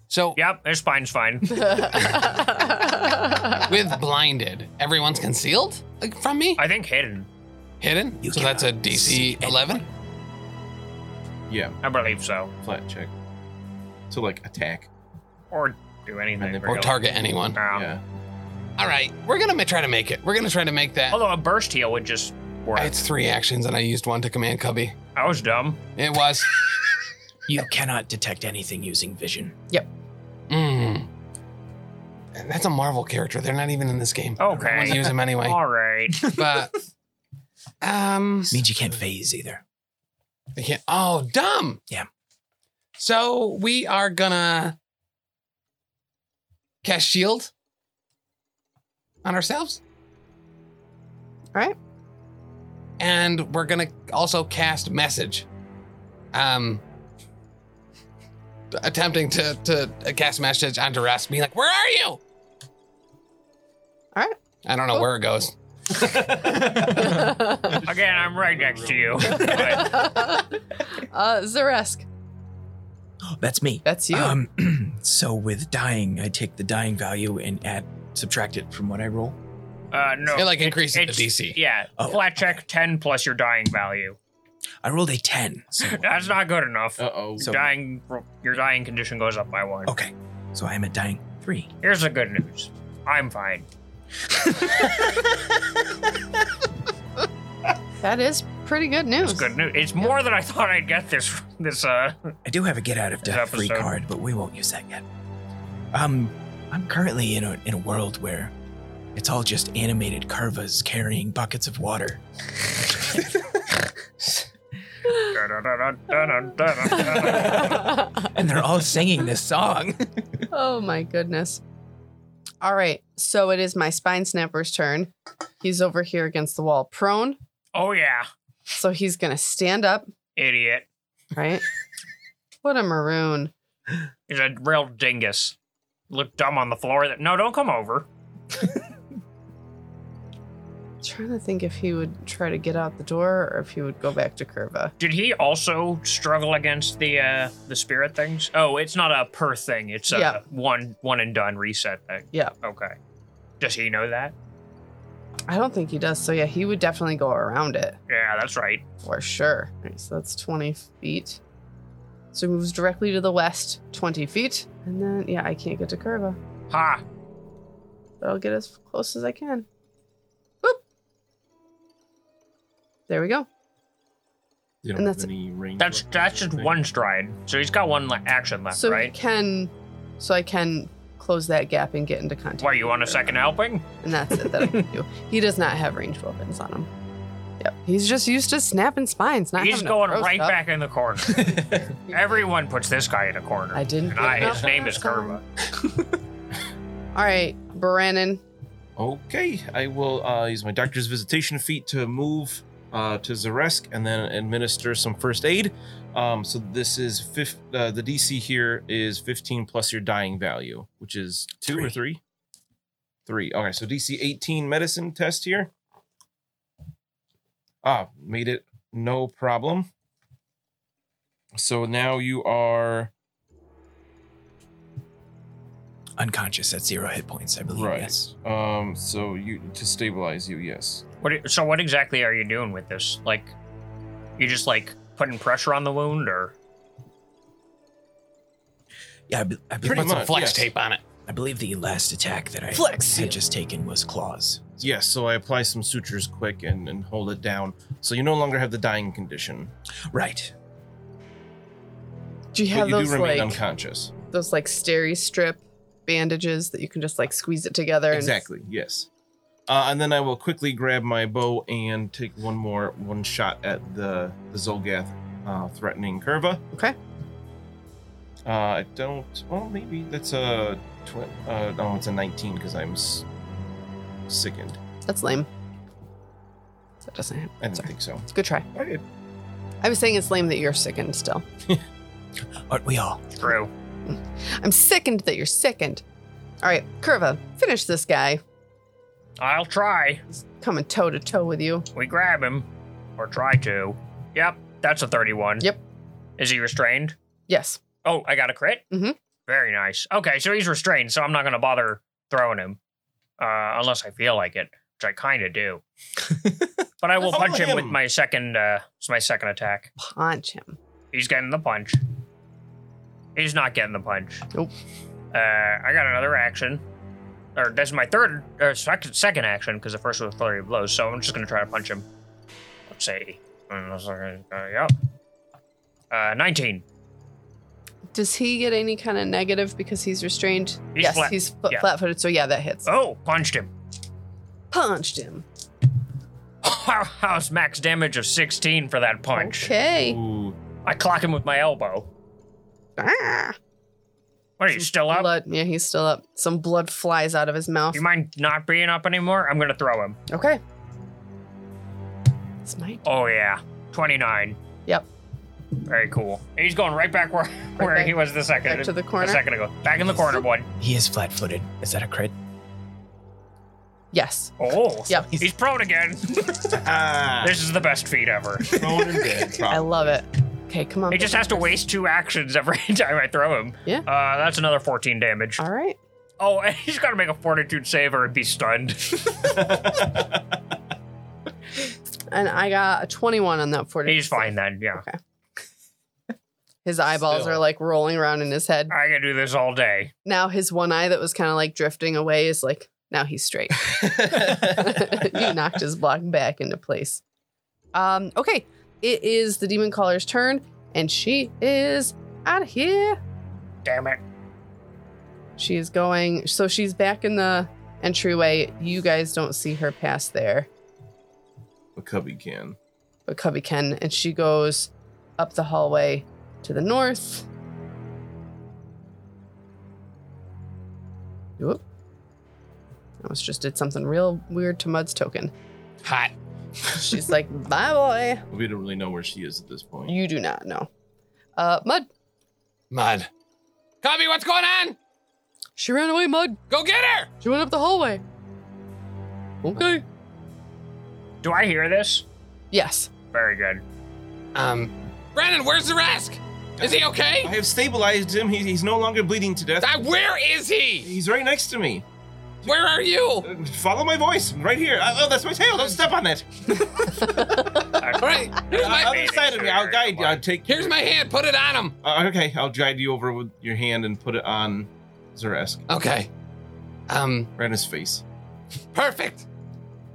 B: so
F: Yep, his spine's fine.
C: Uh,
B: with blinded, everyone's concealed like, from me?
F: I think hidden.
B: Hidden?
E: You
B: so that's a
E: cannot see
B: DC 11?
D: Yeah,
F: I believe so.
D: flat check. To like attack.
F: Or do anything.
D: And then-
B: Or
F: really.
B: target anyone.
F: Um,
D: yeah.
B: All right. We're going to ma- try to make it. We're going to try to make that.
F: Although a burst heal would just work.
B: It's three actions, and I used one to command Cubby.
F: I was dumb.
B: It was.
E: You cannot detect anything using vision.
B: Mm. That's a Marvel character. They're not even in this
F: Oh,
B: game. I want to
F: Okay.
B: use them anyway.
F: All right.
E: [LAUGHS]
B: But um,
E: Means you can't phase either.
B: they can't. Oh, dumb.
E: Yeah.
B: So we are gonna cast shield on ourselves.
C: All right.
B: And we're gonna also cast message. Um. Attempting to to cast message onto Rask, being like, "Where are you?" All
C: right.
B: I don't know
C: Cool.
B: where it goes.
C: uh,
F: Again, I'm right next
E: [LAUGHS]
F: to you. But
C: Zaresk,
E: That's me.
C: that's you.
E: Um, [CLEARS THROAT] so with dying, I take the dying value and add, subtract it from what I roll.
F: Uh, no.
B: It like increases the
F: it's-
B: DC.
F: Yeah.
E: Oh.
F: Flat check 10 plus your dying
E: [LAUGHS]
F: value.
E: I rolled a ten.
C: [LAUGHS]
E: So
F: That's not good enough.
D: Uh oh.
E: So- Oh.
F: dying, your dying condition goes up by one.
E: okay. So I am at dying three.
F: Here's the good news. I'm fine.
C: That is pretty good news.
F: It's good news. It's more than I thought I'd get this. This uh. [LAUGHS]
E: I do have a get out of
F: This
E: death free
F: episode.
E: card, but we won't use that yet. Um, I'm currently in a in a world where it's all just animated curvas carrying buckets of
C: [LAUGHS]
E: water. and they're all singing this song.
C: [LAUGHS] Oh my goodness. All right. So it is my spine snapper's turn. He's over here against the wall, prone.
F: oh yeah,
C: So he's going to stand up,
F: idiot.
C: right? what a maroon.
F: He's a real dingus. Look dumb on the floor. That no, don't come over.
C: trying to think if he would try to get out the door or if he would go back to Curva.
F: Did he also struggle against the uh the spirit things? Oh, it's not a per thing. It's a
C: Yeah.
F: one one and done reset thing.
C: Yeah.
F: Okay. Does he know that?
C: I don't think he does. So yeah, he would definitely go around it
F: Yeah, that's right.
C: for sure. All right, so that's 20 feet. So he moves directly to the west, 20 feet. And then, yeah, I can't get to Curva.
F: Ha!
C: But I'll get as close as I can. Boop. There we go.
D: You
C: And that's-
D: any range
F: That's
D: weapons
F: that's
D: or
F: just
D: anything?
F: one stride. So he's got one le- action left,
C: so he
F: right?
C: can, so I can close that gap and get into contact.
F: Why you want a second helping?
C: And that's it that I can
F: [LAUGHS]
C: do. He does not have ranged weapons on him. Yep. He's just used to snapping spines. Not
F: He's
C: having to
F: going
C: throw
F: right
C: stuff.
F: back in
C: [LAUGHS]
F: the corner. Everyone puts this guy in a corner.
C: I didn't.
F: and I,
C: get
F: his
C: it.
F: name is Kerma.
C: All right, Brannon.
D: Okay, I will uh, use my doctor's visitation feat to move uh, to Zaresk and then administer some first aid. Um, so this is fif- uh, the DC here is 15 plus your dying value, which is two or three? Three. Okay, so DC 18 medicine test here. Ah, made it no problem. So now you are
E: Unconscious at zero hit points, I believe.
D: Right.
E: Yes.
D: um so you to stabilize you, yes.
F: What? i- So what exactly are you doing with this? Like, you just like putting pressure on the wound, or
E: Yeah, I, be- I, be-
D: Pretty
B: Put some
D: much,
B: flex
D: yes.
B: tape on it.
E: I believe the last attack that I
C: Flex seal.
E: had just taken was claws.
D: Yes, so I apply some sutures quick and, and hold it down. So you no longer have the dying condition.
E: Right.
C: Do you
D: But
C: have
D: you do
C: those
D: remain
C: like
D: unconscious.
C: those like steri strip bandages that you can just like squeeze it together?
D: Exactly, yes. Uh, and then I will quickly grab my bow and take one more one shot at the the Zolgath uh, threatening curva.
C: Okay.
D: Uh, I don't. Well, maybe that's a tw- uh, no, it's a 19 because I'm s- sickened.
C: That's lame. That doesn't happen.
D: I didn't
C: Sorry.
D: think so.
C: It's a good try.
D: I did.
C: I was saying it's lame that you're sickened still.
E: Aren't we all?
H: True.
C: I'm sickened that you're sickened. All right, Curva, finish this guy.
F: I'll try.
C: Coming toe to toe with you.
F: We grab him, or try to. Yep, that's a 31.
C: Yep.
F: Is he restrained?
C: Yes.
F: Oh, I got a crit?
C: Mhm.
F: Very nice. Okay, so he's restrained, so I'm not going to bother throwing him. Uh, unless I feel like it, which I kind of
D: [LAUGHS]
F: do. but I will
D: Follow
F: punch him, with
D: him.
F: my second uh, it's my second attack.
C: Punch him.
F: He's getting the punch. He's not getting the punch.
C: Nope.
F: Uh, I got another action. Or that's my third or second, second action because the first was flurry of blows. So I'm just gonna try to punch him. Let's see. Uh, yep. Uh, 19.
C: Does he get any kind of negative because he's restrained?
F: He's
C: yes,
F: flat-
C: he's fl-
F: yeah.
C: flat footed, so yeah, that hits.
F: Oh, punched him. [LAUGHS]
C: Punched him.
F: How's max damage of 16 for that punch?
C: Okay.
D: Ooh, [LAUGHS]
F: I clock him with my elbow.
C: Ah,
F: What are you still up?
C: blood. Yeah, he's still up. Some blood flies out of his mouth.
F: You mind not being up anymore? I'm gonna throw him.
C: Okay. Smite.
F: Oh yeah, 29.
C: Yep.
F: Very cool. And he's going right back where where
C: back-
F: he was the second
C: Back to the
F: a
C: corner.
F: second ago. Back in the corner, boy.
E: He is flat footed. Is that a
F: [LAUGHS]
E: crit? [LAUGHS]
C: Yes.
F: Oh,
C: Yep.
F: He's prone again.
D: Ah!
F: this is the best feat ever.
D: thrown and
C: [LAUGHS]
D: dead.
C: I
D: probably.
C: love it. Okay, come on.
F: He just has to waste two actions every [LAUGHS] time I throw him.
C: Yeah.
F: Uh, that's another 14 damage.
C: All right.
F: Oh, and [LAUGHS] he's got to make a fortitude save or be stunned.
C: And I got a 21 on that 40.
F: he's fine then. Yeah.
C: His eyeballs
E: Still.
C: are like rolling around in his head.
F: I can do this all day.
C: Now his one eye that was kind of like drifting away is like, now he's straight. [LAUGHS] you knocked his block back into place. Um, okay. It is the demon caller's turn, and she is out of here.
F: Damn it.
C: She is going. So she's back in the entryway. You guys don't see her past there.
D: But Cubby can.
C: but Cubby can, and she goes up the hallway to the north. Whoop. I almost just did something real weird to Mud's token.
B: Hot.
C: She's like, bye, boy.
D: We don't really know where she is at this point.
C: You do not know. Uh, Mud.
B: Mud. Cubby, what's going on?
C: She ran away, Mud.
B: Go get her!
C: She went up the hallway. Okay.
F: Do I hear this?
C: Yes. [LAUGHS]
F: Very good.
B: Um, Brandon, where's the Rask? Is he
D: I
B: [LAUGHS] okay?
D: have stabilized him. He, he's no longer bleeding to death.
B: Uh, where is he?
D: He's right next to me.
B: Where are you?
D: Uh, Follow my voice, right here. Uh, Oh, that's my tail. Don't step on it.
C: [LAUGHS]
B: All right, here's
D: Uh,
B: my,
D: other side of me. I'll guide you. I'll take.
B: here's my hand. Put it on him.
D: Uh, okay, I'll guide you over with your hand and put it on Zeresk,
B: Okay. Um,
D: right on his face.
B: perfect.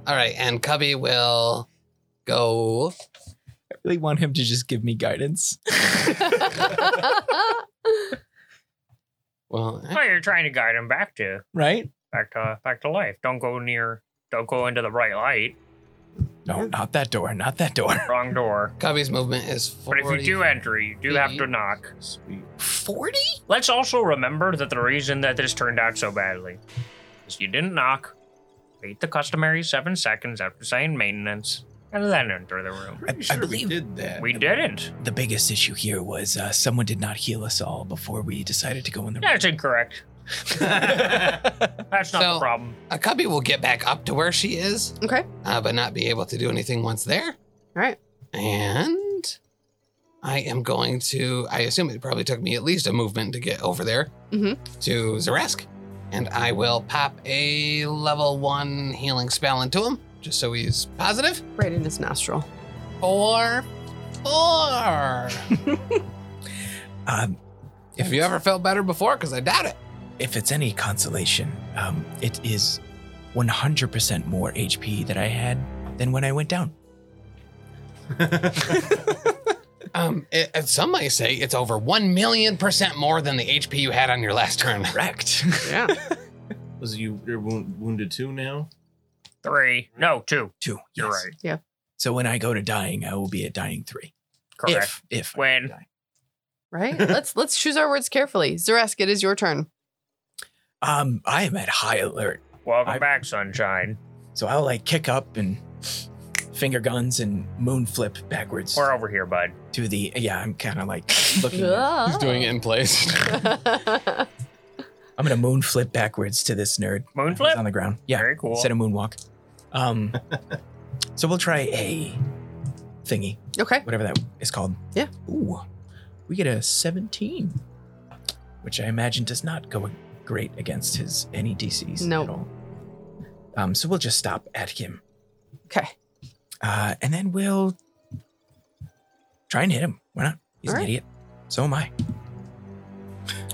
B: All right, and Cubby will go.
E: I really want him to just give me guidance.
B: Well, eh,
F: Well, you're trying to guide him back to
E: Right?
F: back to back to life. Don't go near. Don't go into the bright light.
E: No, not that door. Not that door.
F: Wrong door.
B: Cubby's movement is 40.
F: But if you do enter, you do have to knock.
D: Sweet.
B: 40?
F: Let's also remember that the reason that this turned out so badly is you didn't knock, wait the customary seven seconds after saying maintenance, and then enter the room.
D: Pretty
E: I
D: sure
E: believe-
D: we did that. [LAUGHS]
F: We didn't.
E: The biggest issue here was uh, someone did not heal us all before we decided to go in the room.
F: That's incorrect. That's not the
B: So-
F: problem.
B: A Uh, Cubby will get back up to where she is,
C: okay. All
B: uh, but not be able to do anything once there.
C: right.
B: And I am going to, I assume it probably took me at least a movement to get over there
C: Mhm.
B: to Zaresk. And I will pop a level one healing spell into him, just so he's positive.
C: Right in his nostril.
B: Four. Four.
E: Um,
B: Have you ever felt better before? Because I doubt it.
E: if it's any consolation, um, it is 100% more HP that I had than when I went down.
B: Um, it, and some might say it's over 1 million percent more than the HP you had on your last turn. [LAUGHS]
E: Correct.
C: Yeah.
D: Was you you're wound, wounded too now?
F: Three. No, two.
E: Two.
F: You're
E: yes.
F: right.
E: So when I go to dying, I will be at dying three.
F: Correct.
E: If if I
F: When-
E: die.
I: Right? let's let's choose our words carefully. Zeresk, it is your turn.
E: um, I am at high alert,
F: Welcome
E: I-
F: back, sunshine.
E: so I'll like kick up and finger guns and moon flip backwards
F: We're over here, bud.
E: to the. Yeah, I'm kind of like looking.
J: He's doing it in
B: [LAUGHS]
J: place.
I: it.
E: I'm gonna moon flip backwards to this nerd who's
F: Moonflip?
E: on the ground. Yeah,
F: Very cool.
E: instead of moonwalk. Um,
F: [LAUGHS]
E: so we'll try a thingy,
I: [LAUGHS] okay.
E: whatever that is called.
I: Yeah.
E: Ooh, we get a 17, which I imagine does not go great against his any DCs
I: Nope.
E: at all. Um, so we'll just stop at him,
I: Okay.
E: uh, and then we'll try and hit him. Why not? He's an
I: All right.
E: idiot. So am I. [LAUGHS]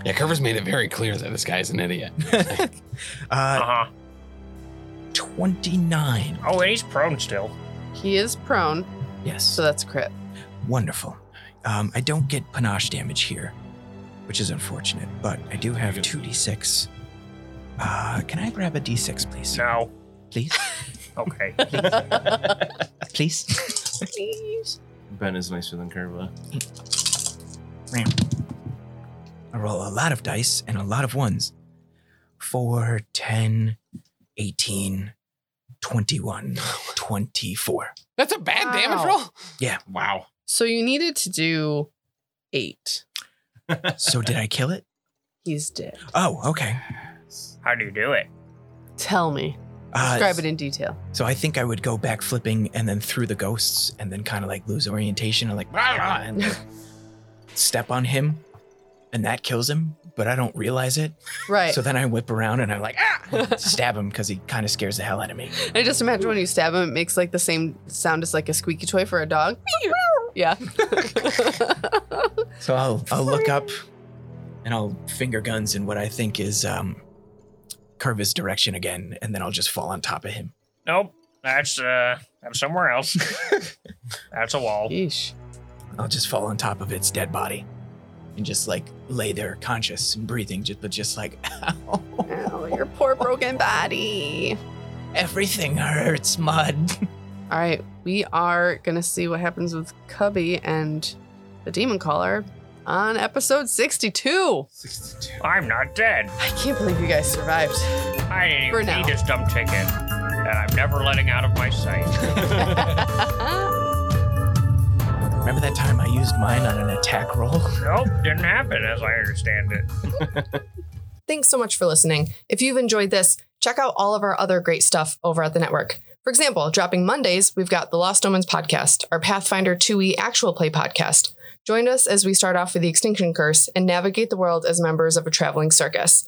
J: Yeah, Kerver's made it very clear that this guy's an idiot.
E: Uh,
F: Uh-huh.
E: 29.
F: Oh, and he's prone still.
I: He is prone,
E: Yes.
I: so that's a crit.
E: Wonderful. Um, I don't get panache damage here, which is unfortunate, but I do have 2d6. Uh, can I grab a d6, please?
F: No.
E: Please? [LAUGHS]
F: Okay.
E: Please? please?
K: Ben is nicer than Curva.
E: I roll a lot of dice and a lot of ones. 4, 10, 18, 21, 24.
J: That's a bad damage
I: Wow.
J: roll.
K: Wow.
I: So you needed to do eight.
E: So did I kill it?
I: He's dead.
E: Oh, okay.
F: How do you do it?
I: Tell me.
E: Uh,
I: Describe it in detail.
E: So I think I would go back flipping and then through the ghosts and then kind of like lose orientation and like "Rah, rah," and like, step on him and that kills him, but I don't realize it.
I: Right.
E: So then I whip around and I'm like ah! stab him because he kind of scares the hell out of me.
I: [LAUGHS] I just imagine when you stab him, it makes like the same sound as like a squeaky toy for a dog. [LAUGHS]
J: [LAUGHS]
I: Yeah.
E: So I'll I'll look up and I'll finger guns in what I think is um curve his direction again and then I'll just fall on top of him.
F: Nope. That's uh that's somewhere else. that's a wall.
I: Yeesh.
E: I'll just fall on top of its dead body and just like lay there conscious and breathing just but just like
I: Oh, your poor broken body.
E: Everything hurts, Mud. [LAUGHS]
I: All right, we are gonna see what happens with Cubby and the Demon Caller on episode 62.
K: 62.
F: I'm not dead.
I: I can't believe you guys [LAUGHS] survived.
F: I didn't
I: For
F: even
I: now.
F: need this dumb ticket. And I'm never letting out of my sight.
E: Remember that time I used mine on an attack roll?
F: nope, didn't happen as I understand it.
C: Thanks so much for listening. If you've enjoyed this, check out all of our other great stuff over at the network. For example, dropping Mondays, we've got the Lost Omens podcast, our Pathfinder 2e actual play podcast. Join us as we start off with the Extinction Curse and navigate the world as members of a traveling circus.